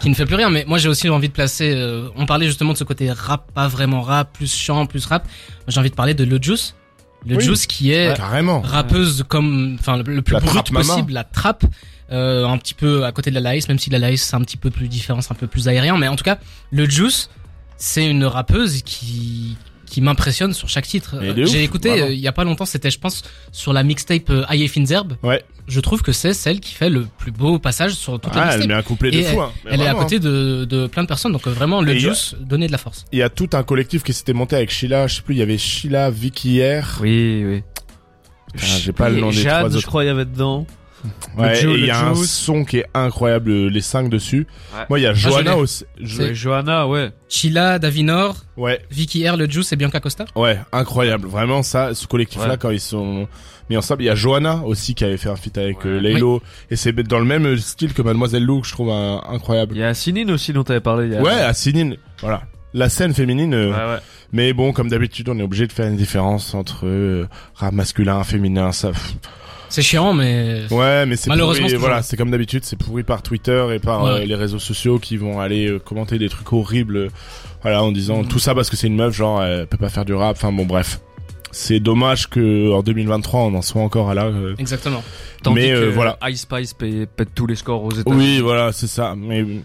qui ne fait plus rien, mais moi j'ai aussi envie de placer. euh, on parlait justement de ce côté rap, pas vraiment rap, plus chant, plus rap. Moi, J'ai envie de parler de Le Juice, Le
Oui.
Juice qui est
Carrément.
rappeuse comme, enfin le, le plus
La
brut
trappe
possible,
maman.
la trappe, euh, un petit peu à côté de la Laïs, même si la Laïs c'est un petit peu plus différent, c'est un peu plus aérien, mais en tout cas, Le Juice, c'est une rappeuse qui qui m'impressionne sur chaque titre.
Mais
Euh,
de ouf,
J'ai écouté
vraiment.
euh, il y a pas longtemps, c'était je pense sur la mixtape euh, Aye Finzerbe.
Ouais.
Je trouve que c'est celle qui fait le plus beau passage sur toute la
Ah,
mixtape.
elle met un couplet de
Et euh,
fou. hein. Mais
Elle est à
vraiment, hein.
côté de, de plein de personnes, donc euh, vraiment le
Et il y a-
juice, donner de la force.
Il y a tout un collectif qui s'était monté avec Sheila, je sais plus, il y avait Sheila, Vicky R.
Oui, oui.
Putain, Ah, j'ai pas le nom des
Jade,
trois
je
autres.
crois, il y avait dedans.
Ouais,
Ju-
et il
le
y a un
Juice. Ah,
son qui est incroyable, euh, les cinq dessus.
Ouais.
Moi, il y a Johanna
je l'ai.
aussi. Jo-
Ouais, Johanna, ouais.
Sheila, Davinor,
Ouais,
Vicky R, le Juice et Bianca Costa.
ouais, incroyable. Vraiment, ça, ce collectif-là,
Ouais.
quand ils sont mis ensemble, il y a Johanna aussi qui avait fait un feat avec euh, Laylo. Et c'est dans le même style que Mademoiselle Lou, que je trouve euh, incroyable.
Il y a Sinine aussi dont t'avais parlé. il y a-
Ouais, à Sinine, voilà. La scène féminine, euh,
Ouais, ouais.
mais bon, comme d'habitude, on est obligé de faire une différence entre euh, rap masculin, féminin, ça. pff.
C'est chiant, mais
Ouais, mais c'est
Malheureusement,
pourri,
c'est
voilà,
toujours-
c'est comme d'habitude, c'est pourri par Twitter et par euh,
Ouais.
les réseaux sociaux qui vont aller euh, commenter des trucs horribles, euh, voilà, en
Mm.
disant tout ça parce que c'est une meuf, genre elle peut pas faire du rap. Enfin bon, bref, c'est dommage que en 2023 on en soit encore à là. euh.
exactement.
Tandis
Mais, euh,
que
voilà.
Ice Spice paye- pète tous les scores aux États-Unis
Oui, Ah. voilà, c'est ça. Mais euh,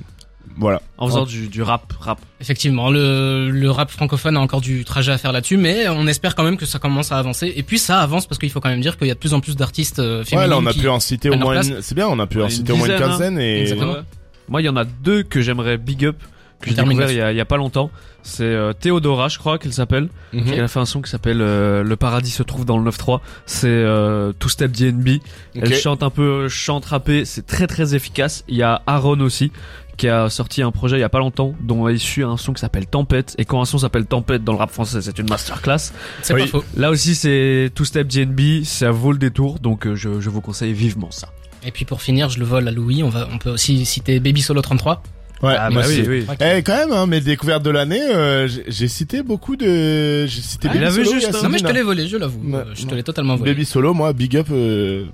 voilà.
en faisant du, du rap, rap.
Effectivement, le, le rap francophone a encore du trajet à faire là-dessus, mais on espère quand même que ça commence à avancer. Et puis ça avance parce qu'il faut quand même dire qu'il y a de plus en plus d'artistes euh,
Ouais,
féminines.
là on a
qui-
pu en citer au
prennent leur
moins,
place.
une- c'est bien, on a pu en
Une
citer au moins une
dizaine, hein.
quinzaine et
Exactement.
Ouais. Moi, il y en a deux que j'aimerais big up que j'ai
Termine
découvert il y, a, il y a pas longtemps. C'est euh, Théodora, je crois qu'elle s'appelle.
Mhm.
Elle a fait un son qui s'appelle euh, Le paradis se trouve dans le 9-3. C'est euh, Two Step DNB.
Ok.
Elle chante un peu chante rappée, c'est très très efficace. Il y a Aaron aussi qui a sorti un projet il y a pas longtemps dont est issu un son qui s'appelle Tempête et quand un son s'appelle Tempête dans le rap français, c'est une masterclass.
C'est
Oui.
pas faux.
Là aussi c'est Two Step DNB, ça vaut le détour donc euh, je, je vous conseille vivement ça.
Et puis pour finir, je le vole à Louis. On va, on peut aussi citer Baby Solo 33.
Ouais,
Ah,
moi
bah oui,
aussi.
oui.
Eh quand même hein, mes découvertes de l'année, euh, j'ai- j'ai cité beaucoup de j'ai cité
Ah,
Baby
il avait
Solo,
juste
il y a
un-
hein. Non mais je te
Selena.
l'ai volé, je l'avoue.
Ouais,
Euh, je te
non.
l'ai totalement volé.
Baby Solo moi big up euh,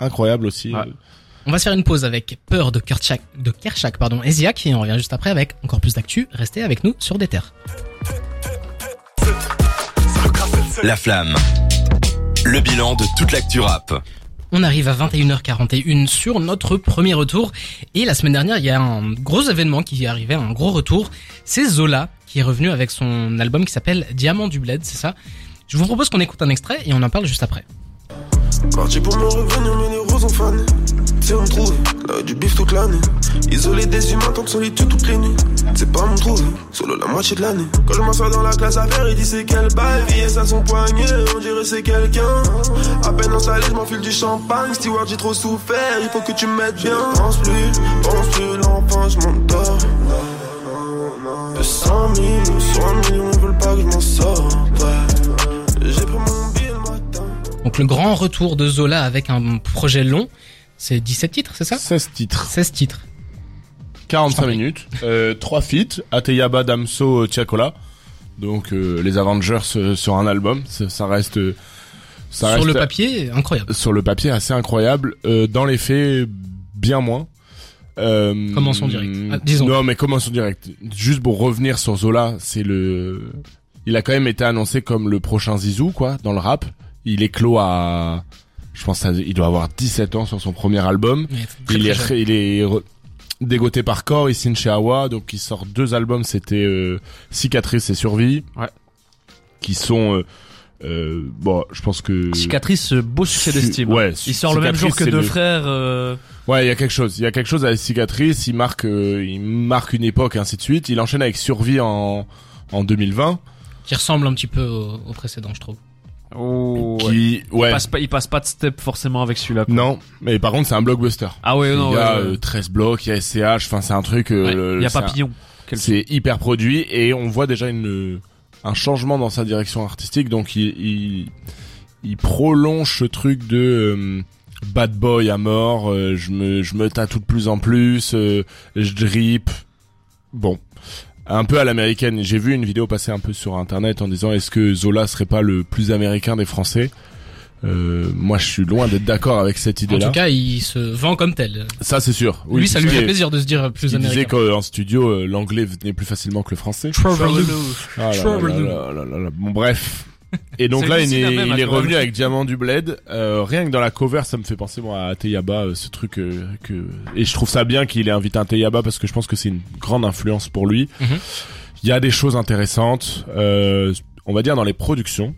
incroyable aussi. euh,
Ouais.
On va se faire une pause avec Peur de Kerchak, de Kerchak pardon, Eziak et on revient juste après avec encore plus d'actu. Restez avec nous sur des terres.
La flamme. Le bilan de toute l'actu rap.
On arrive à 21h41 sur notre premier retour. Et la semaine dernière, il y a un gros événement qui est arrivé, un gros retour. C'est Zola qui est revenu avec son album qui s'appelle Diamant du Bled, c'est ça Je vous propose qu'on écoute un extrait et on en parle juste après.
Parti pour me revenir, mais les roses ont fané. C'est on trouve, là du bif toute l'année. Isolé des humains, tant de solitude toutes les nuits. C'est pas mon trouvé, solo la moitié de l'année. Quand je m'assois dans la classe à verre, il dit c'est quelle bail. Billet ça son poignet, on dirait c'est quelqu'un. À peine installé, je m'enfile du champagne. Steward, j'ai trop souffert, il faut que tu m'aides bien. Je ne pense plus, pense plus, l'enfant, je m'endors. De 100 000 ou 100 millions, ils veulent pas que je m'en sorte. J'ai pris mon billet le matin.
Donc le grand retour de Zola avec un projet long, c'est 17 titres, c'est ça
16 titres,
16 titres.
45 minutes, euh, 3 feats, Ateyaba, Damso, Tiakola. Donc euh, les Avengers euh, sur un album, ça, ça reste euh, ça
sur
reste
le papier, incroyable.
sur le papier assez incroyable, Euh, dans les faits bien moins. Euh,
Commençons direct. Ah, disons.
Non, mais commençons direct. Juste pour revenir sur Zola, c'est le. Il a quand même été annoncé comme le prochain Zizou, quoi, dans le rap. Il est clos à. Je pense que ça- il doit avoir 17 ans sur son premier album.
Ouais, très, très
il, est,
jeune.
il est re- dégoté par corps, il signe chez Awa, donc il sort deux albums, c'était euh, Cicatrice et Survie.
Ouais.
Qui sont. euh, euh, bon, je pense que.
Cicatrice, euh, beau succès
Su-
d'estime.
ouais,
il sort le même
Cicatrice,
jour que
c'est
deux
le-
frères. euh,
Ouais, il y a quelque chose. Il y a quelque chose avec Cicatrice. Il marque, euh, il marque une époque, et ainsi de suite. Il enchaîne avec Survie en en 2020.
Qui ressemble un petit peu au, au précédent, je trouve.
Qui, ouais,
il, passe pas, il passe pas de step forcément avec celui-là. quoi.
non. Mais par contre, c'est un blockbuster.
Ah ouais, non,
il y a
ouais, ouais.
euh, 13 blocs, il y a SCH. Enfin, c'est un truc. euh,
Ouais,
le-
il y a
c'est un-
Papillon. Quel-
C'est hyper produit et on voit déjà une un changement dans sa direction artistique. Donc il il, il prolonge ce truc de euh, bad boy à mort. euh, je me je me tatoue de plus en plus. euh, je drip. Bon. Un peu à l'américaine. J'ai vu une vidéo passer un peu sur internet en disant est-ce que Zola serait pas le plus américain des Français Euh, Moi, je suis loin d'être d'accord avec cette
En
idée-là.
tout cas, il se vend comme tel.
ça, c'est sûr.
lui, ça lui
puisque-
fait plaisir de se dire
il
plus
disait
américain.
qu'en studio, euh, l'anglais venait plus facilement que le français. Ah là là
Trouble.
là là là là.
[laughs]
Bon, bref. Et donc
C'est
là, il
Lucie
est,
la même,
il est
hein, quand
revenu
même.
avec Diamant du Bled. Euh, rien que dans la cover, ça me fait penser moi à Ateyaba, euh, ce truc euh, que. Et je trouve ça bien qu'il ait invité Ateyaba parce que je pense que c'est une grande influence pour lui. Il
Mhm.
y a des choses intéressantes, euh, on va dire dans les productions.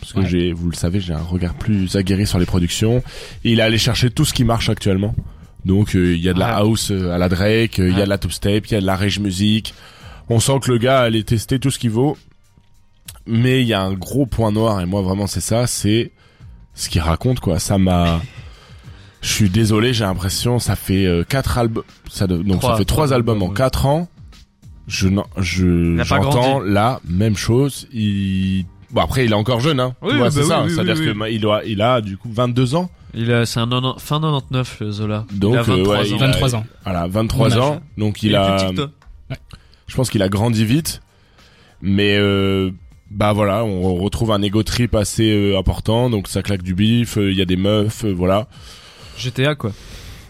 Parce que
Ouais.
j'ai, vous le savez, j'ai un regard plus aguerri sur les productions. Et il est allé chercher tout ce qui marche actuellement. Donc euh, il y a de la
Ouais.
house euh, à la Drake, euh, il y a
Ah.
de la top step, il y a de la rage music. On sent que le gars allait tester tout ce qu'il vaut. Mais il y a un gros point noir et moi vraiment c'est ça, c'est ce qu'il raconte quoi. Ça m'a Je suis désolé, j'ai l'impression ça fait euh, quatre albums, ça de- donc
Trois.
ça fait trois albums en
Ouais.
quatre ans. Je n'en- je
n'a pas
j'entends
grandi.
la même chose. Il bon après il est encore jeune hein.
Oui,
Tu
bah
vois, c'est
oui,
ça,
oui, oui,
c'est-à-dire
oui.
que ma- il doit il a du coup 22 ans.
Il a, c'est un nonan- fin 99, euh, Zola.
Donc,
il a
euh,
23
ouais,
ans.
il a-
23 ans.
Voilà, 23
Mon âge.
ans. Donc il a je pense qu'il a grandi vite mais euh, bah voilà, on retrouve un ego trip assez euh, important donc ça claque du bif, euh, il y a des meufs, euh, voilà.
GTA, quoi.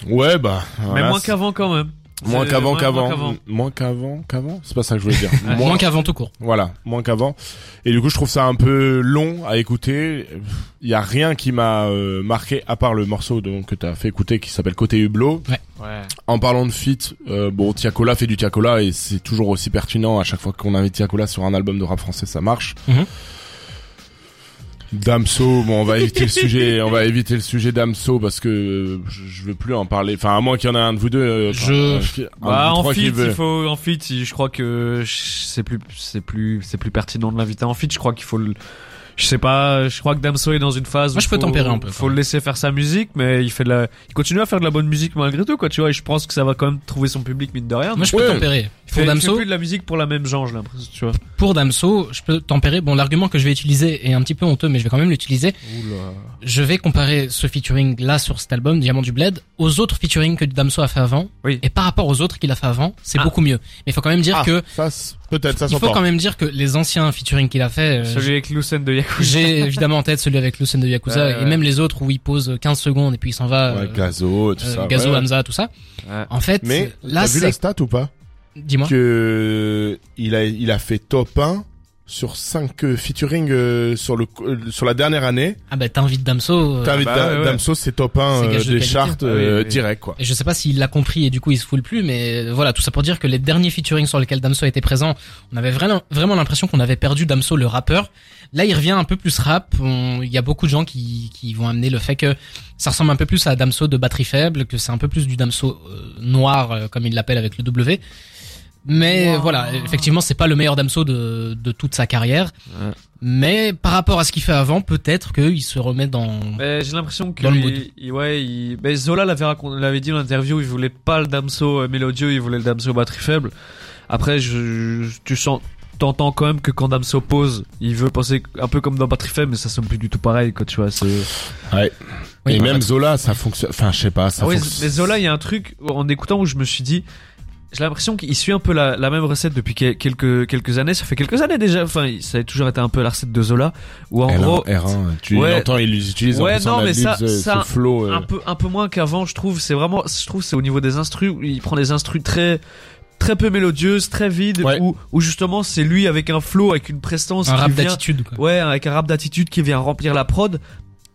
Ouais bah voilà,
Mais moins
c'est-
qu'avant, quand même.
Moins
C'est-
qu'avant,
moins- moins
qu'avant. Moins qu'avant, qu'avant. C'est pas ça que je voulais
[laughs]
dire.
Ouais.
Moins qu'avant tout court.
Voilà, moins qu'avant. Et du coup, je trouve ça un peu long à écouter. Il y a rien qui m'a euh, marqué à part le morceau donc que t'as fait écouter qui s'appelle Côté Hublot.
Ouais.
En parlant de feat, euh, bon, Tiakola fait du Tiakola et c'est toujours aussi pertinent à chaque fois qu'on invite Tiakola sur un album de rap français, ça marche.
Mhm.
Damso, bon, on va éviter le sujet, on va éviter le sujet Damso parce que euh, je je veux plus en parler. Enfin, à moins qu'il y en ait un de vous deux. euh,
Je-
euh, qui- un de
Bah,
vous
en
trois qui
fit,
veut.
il faut, en fit, il- je crois que je- c'est plus, c'est plus, c'est plus pertinent de l'inviter en fit. Je crois qu'il faut le, je sais pas, je crois que Damso est dans une phase.
Moi,
où
je peux
faut-
tempérer un peu, quand
Faut le laisser faire sa musique, mais il fait de la, il continue à faire de la bonne musique malgré tout, quoi, tu vois. Et je pense que ça va quand même trouver son public, mine de rien.
Moi, je peux
Ouais.
tempérer.
il fait,
Pour
il fait
Damso,
plus de la musique pour la même genre, j'ai l'impression, tu vois.
pour Damso, je peux tempérer. Bon, l'argument que je vais utiliser est un petit peu honteux, mais je vais quand même l'utiliser. Je vais comparer ce featuring là sur cet album, Diamant du Bled, aux autres featuring que Damso a fait avant.
Oui.
Et par rapport aux autres qu'il a fait avant, c'est
Ah.
beaucoup mieux. Mais il faut quand même dire
Ah,
que,
ça, c'est- peut-être, ça
il faut
s'entend.
quand même dire que les anciens featuring qu'il a fait, euh,
Celui avec Lucen de Yakuza.
j'ai évidemment en tête celui avec Lucen de Yakuza
Ouais, ouais.
et même les autres où il pose 15 secondes et puis il s'en va.
Ouais,
euh,
Gazo, tout
euh,
ça.
Gazo,
ouais.
Hamza, tout ça.
Ouais.
En fait,
Mais
là,
t'as vu la
c'est,
stat ou pas
dis-moi.
Que il a il a fait top 1 sur 5 featuring euh, sur le euh, sur la dernière année.
Ah bah, t'invites Damso. euh,
T'as
bah
Da-
ouais, ouais.
Damso c'est top 1
C'est
euh,
gage de
des
qualité.
charts
Ah oui,
euh,
oui, oui.
direct quoi.
Et je sais pas s'il l'a compris et du coup il se foule plus, mais euh, voilà, tout ça pour dire que les derniers featuring sur lesquels Damso était présent, on avait vraiment, vraiment l'impression qu'on avait perdu Damso le rappeur. Là, il revient un peu plus rap. On- Il y a beaucoup de gens qui, qui vont amener le fait que ça ressemble un peu plus à Damso de batterie faible, que c'est un peu plus du Damso euh, noir, euh, comme il l'appelle avec le W. Mais voilà, effectivement, c'est pas le meilleur Damso de, de toute sa carrière.
Ouais.
Mais par rapport à ce qu'il fait avant, peut-être qu'il se remet dans...
Mais j'ai l'impression que
Dans le
il-
mood.
il- ouais, il- mais Zola l'avait racon- l'avait dit dans l'interview, il voulait pas le Damso euh, mélodieux, il voulait le Damso batterie faible. Après, je, je- tu sens, t'entends quand même que quand Damso pose, il veut poser un peu comme dans batterie faible, mais ça sonne plus du tout pareil, quoi, tu vois. C'est...
Oui,
et
bah,
même Zola ça fonctionne enfin je sais pas ça
Ah ouais,
fonctionne.
mais Zola, il y a un truc en écoutant où je me suis dit, j'ai l'impression qu'il suit un peu la, la même recette depuis que- quelques quelques années. Ça fait quelques années déjà. Enfin, ça a toujours été un peu la recette de Zola. Où en
R1,
gros,
R1, tu
Ouais.
l'entends, ils l'utilisent
Ouais,
en plus
non,
en
mais ça-
adlibs, euh,
ça-
ce flow. euh,
un peu un peu moins qu'avant je trouve c'est vraiment je trouve c'est au niveau des instrus où il prend des instrus très très peu mélodieuses très vides
Ouais.
où, où justement c'est lui avec un flow avec une prestance
un
qui
rap
vient
d'attitude. quoi.
ouais avec un rap d'attitude qui vient remplir la prod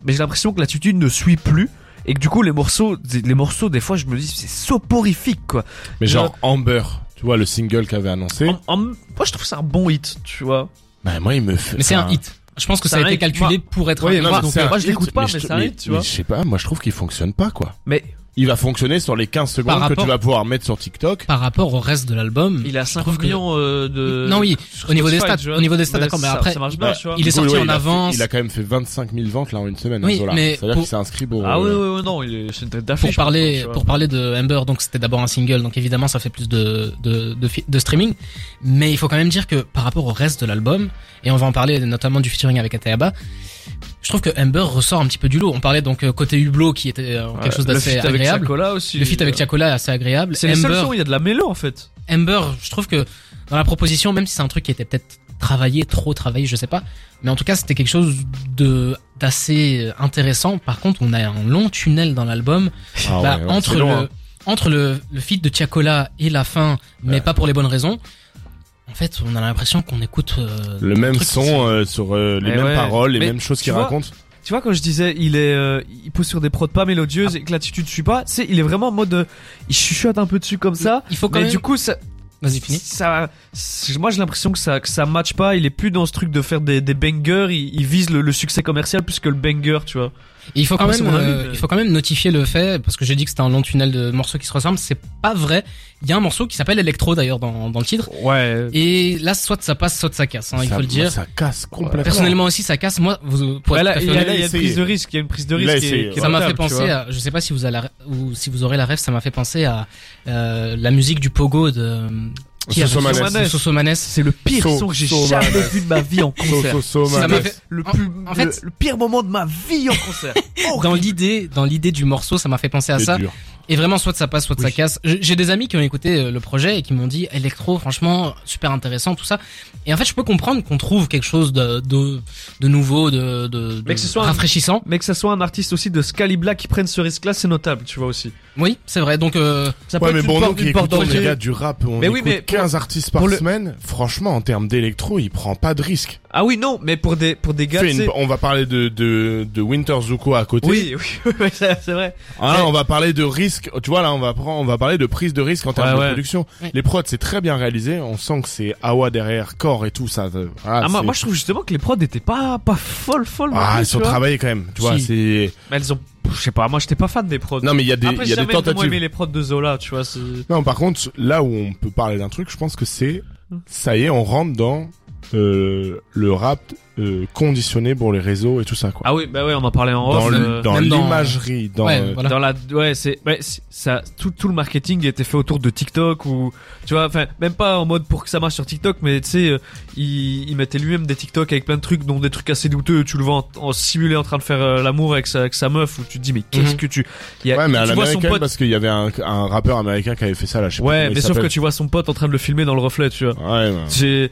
mais j'ai l'impression que l'attitude ne suit plus et que du coup les morceaux les morceaux des fois je me dis c'est soporifique quoi
Mais genre Amber, tu vois le single qu'avait annoncé.
En- en- moi je trouve ça un bon hit tu vois
Bah moi il me fait
Mais c'est un
enfin,
hit. Je pense que
C'est
ça a
un
été
hit.
calculé
Moi-
pour être
Ouais,
un
non,
hit.
mais
Donc,
c'est
moi,
un
je l'écoute
hit,
pas,
mais
mais
je-
c'est un hit, tu vois.
Je sais pas, moi je trouve qu'il fonctionne pas quoi.
mais
il va fonctionner sur les 15 secondes
Par
que
rapport-
tu vas pouvoir mettre sur TikTok.
par rapport au reste de l'album,
il a
Hmm. je
5
trouve que-
millions euh, de
Non, oui,
sur
au niveau des
Spotify,
stats,
tu vois.
au niveau des stats,
Mais
d'accord, mais
ça-
après,
ça marche bien,
bah,
tu vois.
il est
Du coup,
sorti
ouais,
en
il a fait-
avance.
il a quand même fait 25 000 ventes là en une semaine. hein,
Oui,
Zola.
mais
C'est-à-dire
pour-
qu'il s'est inscrit pour.
ah oui,
euh,
oui, oui, non, il est, c'est une tête
Oh. pour
d'affiche.
parler
quoi, tu vois.
pour parler de Amber, donc c'était d'abord un single, donc évidemment ça fait plus de, de de fi- de streaming, mais il faut quand même dire que par rapport au reste de l'album, et on va en parler notamment du featuring avec Ateaba, je trouve que Amber ressort un petit peu du lot. On parlait donc euh, côté hublot qui était euh, quelque
Ouais,
chose d'assez
le feat Avec
agréable.
Chacola aussi. euh,
Le feat avec Chacola est assez agréable.
C'est les seuls
Amber-
sons où il y a de la mélo en fait.
Amber, je trouve que dans la proposition, même si c'est un truc qui était peut-être travaillé, trop travaillé, je sais pas, mais en tout cas c'était quelque chose de d'assez intéressant. Par contre, on a un long tunnel dans l'album
ah
Bah,
ouais, ouais,
entre
c'est long,
le
hein.
entre le le feat de Tiakola et la fin, mais
Ouais.
pas pour les bonnes raisons. En fait, on a l'impression qu'on écoute euh,
le
un
même
truc- Eh
son euh, sur euh, les
Mais
mêmes
ouais.
paroles, les
Mais
mêmes choses
tu
qu'il
vois-
raconte.
Tu vois quand je disais il est euh, il pousse sur des prods pas
Ah.
mélodieuses et que l'attitude suit pas, c'est il est vraiment en mode euh, il chuchote un peu dessus comme ça.
Il faut Oh, quand
Mais
même.
du coup ça
Vas-y, fini.
ça c'est- moi j'ai l'impression que ça que ça match pas, il est plus dans ce truc de faire des, des bangers, il, il vise le, le succès commercial plus que le banger, tu vois.
Et il faut quand
Ah, c'est
même,
mon avis,
euh,
mais-
il faut quand même notifier le fait parce que j'ai dit que c'était un long tunnel de morceaux qui se ressemblent. C'est pas vrai. Il y a un morceau qui s'appelle Electro d'ailleurs dans, dans le titre.
Ouais.
Et là, soit ça passe, soit ça casse. hein, il
Ça-
faut le dire.
Ça casse complètement.
Personnellement aussi, ça casse. Moi, vous, pour être
Bah,
tout à
là,
fait
il y a,
honnête,
là, il y a une
essayé.
prise de risque, il y a une prise de
Il
risque.
a
qui est-
essayé,
qui est
ouais.
ça m'a
rentable,
fait
tu
penser
vois.
à, je sais pas si vous avez la, ou si vous aurez la rêve, ça m'a fait penser à euh, la musique du pogo de euh, a fait-
Sosomanes.
Sosomanes. Sosomanes.
C'est le pire
So-
son que j'ai
so-
jamais vu de ma vie en concert.
Ça m'a
Sosomanes.
fait-
Le,
En-
plus,
en fait-
le, le pire moment de ma vie en concert.
[laughs] dans l'idée, dans l'idée du morceau, ça m'a fait penser à
C'est
ça.
dur.
Et vraiment, soit ça passe, soit ça casse. J'ai j'ai des amis qui ont écouté euh, le projet et qui m'ont dit électro, franchement, super intéressant, tout ça. Et en fait, je peux comprendre qu'on trouve quelque chose de, de, de nouveau, de, de,
Mais
de
que ce soit un-
rafraîchissant.
Mais que ça soit un artiste aussi de ce calibre-là qui prenne ce risque-là, c'est notable, tu vois aussi.
Oui, c'est vrai. Donc, euh,
Ça
Ouais, mais bon, nous qui écoutons les
d'entrée.
gars du rap, on
Mais oui,
écoute
mais pour-
15 artistes par
pour le-
semaine. Franchement, en termes d'électro, il prend pas de risque.
Ah oui, non, mais pour des, pour des gars,
Fais
tu
une-
sais-
On va parler de, de, de Winter Zuko à côté.
Oui, oui, [laughs] oui, c'est c'est vrai.
Ah,
Ouais.
on va parler de risque. Tu vois, là, on va, prendre- on va parler de prise de risque en termes
Ouais,
de
ouais.
production.
Ouais.
Les prods, c'est très bien réalisé. On sent que c'est Awa derrière, corps et tout ça. euh, voilà,
Ah, moi,
c'est-
moi, je trouve justement que les prods étaient pas, pas folles, folles. non
Ah,
plus,
ils
tu
sont
vois.
travaillés quand même. Tu vois,
Si.
c'est.
Mais elles ont, je sais pas, moi, j'étais pas fan des prods.
Non, mais il y a des,
Après,
il y
j'ai
a des
jamais vraiment aimé
tentatives.
les prods de Zola, tu vois. c'est-
Non, par contre, là où on peut parler d'un truc, je pense que c'est. Ça y est, on rentre dans euh, le rap euh, conditionné pour les réseaux et tout ça, quoi.
Ah oui, bah ouais, on en parlait en
dans
off.
l-
euh,
dans
même dans-
l'imagerie, dans.
ouais,
euh,
voilà.
Dans la, ouais, c'est, ouais, c'est- ça, tout, tout le marketing était fait autour de TikTok ou, tu vois, enfin, même pas en mode pour que ça marche sur TikTok, mais tu sais, euh, il, il mettait lui-même des TikTok avec plein de trucs, dont des trucs assez douteux. Tu le vois en, en simulé en train de faire euh, l'amour avec sa, avec sa meuf, où tu te dis, mais qu'est-ce
Mhm.
que tu, il y a-
Ouais, mais à
tu vois son
l'américaine,
pote.
parce qu'il y avait un, un rappeur américain qui avait fait ça, là, je sais pas
Ouais,
comment il
mais sauf que
s'appelle.
tu vois son pote en train de le filmer dans le reflet, tu vois.
Ouais, ouais.
J'ai,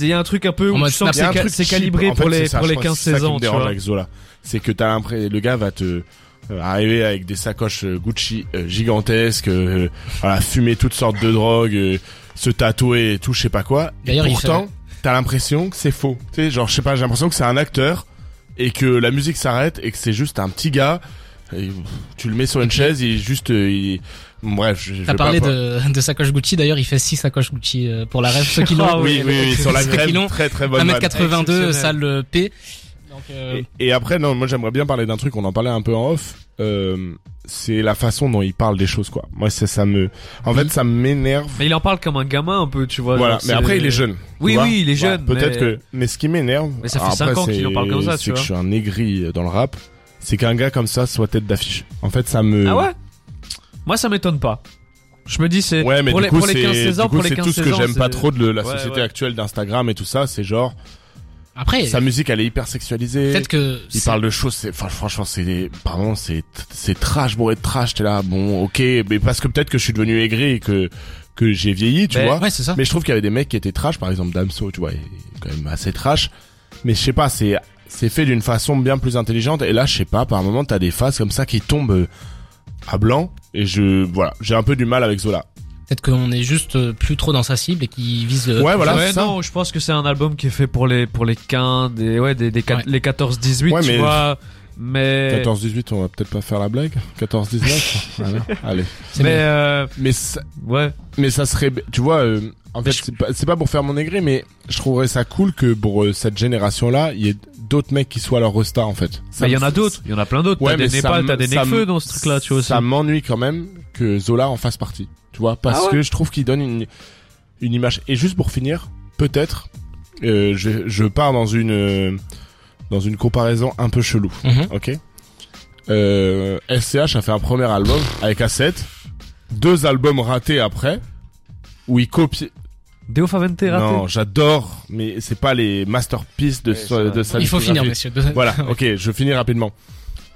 il y a un truc un peu
En
où
mode
je sens que
Il y a
Ah, c'est
un
ca-
truc
c'est
cheap.
calibré
En
pour
fait,
les,
c'est ça,
pour
je
les
pense que c'est ça
15-16
qui
ans,
me
tu
dérange
vois.
avec Zola. C'est que t'as l'impression, le gars va te euh, arriver avec des sacoches euh, Gucci euh, gigantesques, euh, voilà, fumer toutes sortes de drogues, euh, se tatouer et tout, je sais pas quoi. Et
D'ailleurs, il
pourtant, t'as l'impression que c'est faux. Tu sais, genre, je sais pas, j'ai l'impression que c'est un acteur et que la musique s'arrête et que c'est juste un petit gars. Et, pff, tu le mets sur une chaise, il est juste, euh, il... bref. je- je
T'as
vais
parlé
pas-
de, de sacoche Gucci, d'ailleurs il fait 6 sacoches Gucci euh, pour la rêve, ceux
[laughs]
qui
Ah
l'ont.
Oui, oui, oui, sur la
Ceux qui
crème,
l'ont,
très très bonne vanne.
1m82,
Exceptionnel.
salle euh, P. Donc, euh,
Et, et après, non, moi j'aimerais bien parler d'un truc, on en parlait un peu en off. Euh, c'est la façon dont il parle des choses, quoi. Moi, c'est ça me. En fait, ça m'énerve.
Mais il en parle comme un gamin un peu, tu vois.
Voilà,
genre,
mais
c'est-
après, il est jeune.
Oui,
tu vois.
oui, il est
Voilà,
jeune,
Peut-être
mais-
que. Mais ce qui m'énerve.
Mais ça fait
alors
cinq
après,
ans qu'il en
c'est-
parle comme ça, tu
C'est que
vois.
je suis un aigri dans le rap. C'est qu'un gars comme ça soit tête d'affiche. En fait, ça me.
Ah ouais Moi, ça m'étonne pas. Je me dis, c'est.
Ouais, mais
pour
du
les,
coup,
pour les
c'est
15-16
du
ans,
coup,
pour les
c'est
15
tout ce que j'aime pas trop de la
Ouais,
société
ouais.
actuelle d'Instagram et tout ça. C'est genre,
après,
sa musique, elle est hyper sexualisée.
peut-être que
Il
c'est-
parle de choses, c'est, enfin, franchement, c'est, des- pardon, c'est, c'est trash, bourré de trash, t'es là, bon, ok, mais parce que peut-être que je suis devenu aigri et que, que j'ai vieilli, tu
Mais-
vois.
Ben, Ouais, c'est ça.
Mais je trouve qu'il y avait des mecs qui étaient trash, par exemple, Damso, tu vois, il est quand même assez trash. Mais je sais pas, c'est, c'est fait d'une façon bien plus intelligente. Et là, je sais pas, par moment, t'as des phases comme ça qui tombent euh, à blanc. Et je, voilà, j'ai un peu du mal avec Zola.
Peut-être qu'on est juste euh, plus trop dans sa cible et qu'il vise le.
ouais, voilà,
ouais,
c'est ça.
non, je pense que c'est un album qui est fait pour les, pour les 15, des, ouais, des, des quat-
Ouais.
les 14-18,
Ouais,
tu
mais-
vois.
Eh.
Mais.
14-18, on va peut-être pas faire la blague.
[laughs]
14-19. voilà. Allez.
C'est
mais,
bien.
euh,
Mais ça-
ouais.
mais ça serait tu vois euh, en fait
je-
c'est pas, c'est pas pour faire mon aigri mais je trouverais ça cool que pour euh, cette génération là il y ait d'autres mecs qui soient leur resta en fait
Mais
Ça
Bah, il y
me-
en a d'autres. Il y en a plein d'autres.
ouais
t'as
mais
des
ça
Népal,
me-
t'as des
ça me-
Nekfeu dans ce truc-là, tu vois aussi.
ça m'ennuie quand même que Zola en fasse partie tu vois parce
Ah ouais
que je trouve qu'il donne une une image et juste pour finir peut-être euh, je je pars dans une euh, dans une comparaison un peu chelou
Mhm.
ok euh, SCH a fait un premier album avec A7 deux albums ratés après où il copie
Deo Favente raté.
non, j'adore, mais c'est pas les masterpieces de,
Ouais,
so-
c'est vrai.
de sa
Il faut finir,
discographie.
messieurs.
[laughs]
Voilà, ok, je finis rapidement.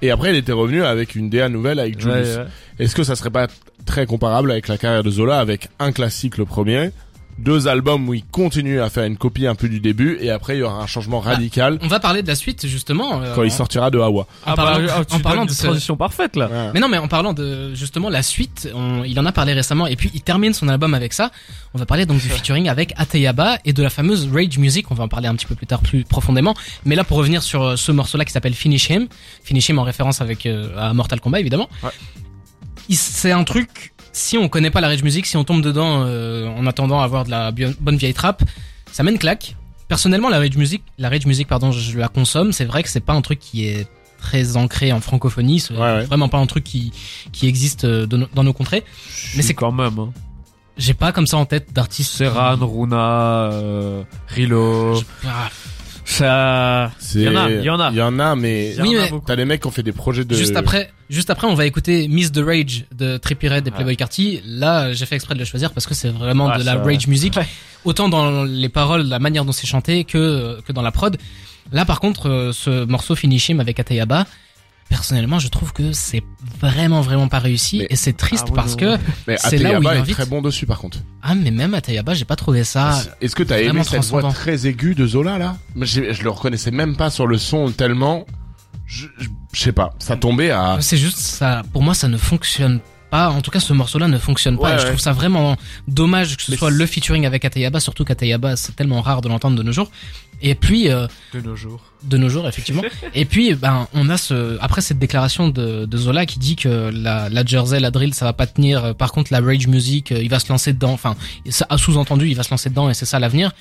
Et après, il était revenu avec une DA nouvelle avec
Ouais, Ah,
Julius.
ouais.
Est-ce que ça serait pas très comparable avec la carrière de Zola, avec un classique le premier, deux albums où il continue à faire une copie un peu du début, et après il y aura un changement
Ah.
radical
On va parler de la suite justement. euh,
quand il
en-
sortira de Hawa.
En,
Ah, bah,
parlant,
ah,
en
tu
parlant
donnes
de
une
ce-
transition parfaite, là.
Mais non, mais en parlant de justement la suite, on- il en a parlé récemment et puis il termine son album avec ça. On va parler donc du featuring avec Ateyaba et de la fameuse Rage Music. On va en parler un petit peu plus tard, plus profondément. Mais là, pour revenir sur euh, ce morceau-là qui s'appelle Finish Him, Finish Him en référence avec euh, à Mortal Kombat évidemment. Il- C'est un truc. Si on connaît pas la Rage Music, si on tombe dedans euh, en attendant à avoir de la bio- bonne vieille trap, ça mène claque. Personnellement, la rage music, la rage music, pardon, je la consomme. C'est vrai que c'est pas un truc qui est très ancré en francophonie. C'est
Ouais, ouais.
vraiment pas un truc qui, qui existe euh, de no- dans nos contrées. Mais c'est-
quand même. Hein.
J'ai pas comme ça en tête d'artistes.
Serran, Runa, euh, Rilo.
Ah,
Ça.
C'est-
Y en a, y en a.
Y en a, mais.
y en
Oui,
a
mais-
beaucoup.
T'as des mecs qui ont fait des projets de.
Juste après, juste après, on va écouter Miss the Rage de Trippie Redd et
Ouais.
Playboy Carty. Là, j'ai fait exprès de le choisir parce que c'est vraiment
Ah,
de
ça-
la rage music, autant dans les paroles, la manière dont c'est chanté que que dans la prod. Là, par contre, euh, ce morceau Finishim avec Ateyaba, personnellement, je trouve que c'est vraiment vraiment pas réussi
Mais-
et c'est triste
Ah, oui,
parce
oui,
que
Mais
c'est là où
Ateyaba
il
est
invite.
très bon dessus, par contre.
ah mais même Ateyaba, j'ai pas trouvé
Ah,
ça.
Est-ce que t'as
vraiment
aimé cette voix
transcendant.
très aiguë de Zola, là Moi, j'ai- Je le reconnaissais même pas sur le son tellement. Je, je- je sais pas. Ça tombait à.
C'est juste ça. Pour moi, ça ne fonctionne pas. En tout cas, ce morceau-là ne fonctionne pas.
Ouais,
Et Je
ouais.
trouve ça vraiment dommage que ce
Mais
soit
c'est-
le featuring avec Ateyaba, surtout qu'Ateyaba, c'est tellement rare de l'entendre de nos jours. Et puis, euh,
De nos jours.
de nos jours, effectivement.
[laughs]
Et puis, ben, on a ce, après cette déclaration de, de Zola qui dit que la, la Jersey, la drill, ça va pas tenir. Euh, Par contre, la rage music, euh, il va se lancer dedans. Enfin, ça a sous-entendu, il va se lancer dedans et c'est ça l'avenir.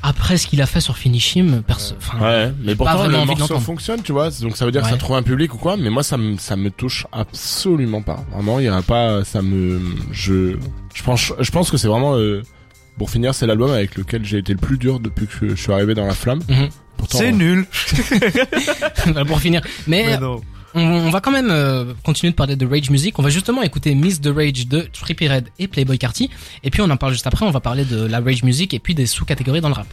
Après ce qu'il a fait sur Finishim, perso, enfin,
Ouais, mais
pas
pourtant le
vraiment envie de
morceau
l'entendre.
fonctionne, tu vois. Donc ça veut dire que ça
Ouais.
trouve un public ou quoi. Mais moi, ça me ça me touche absolument pas. Vraiment, il y a pas, ça me, je, je pense, je pense que c'est vraiment. euh, pour finir, c'est l'album avec lequel j'ai été le plus dur depuis que je suis arrivé dans la flamme.
Mhm.
Pourtant,
C'est
euh,
nul.
[laughs] pour finir. Mais
Mais non.
On, on va quand même euh, continuer de parler de Rage Music. On va justement écouter Miss the Rage de Trippie Red et Playboy Carty. Et puis on en parle juste après. On va parler de la Rage Music et puis des sous-catégories dans le rap.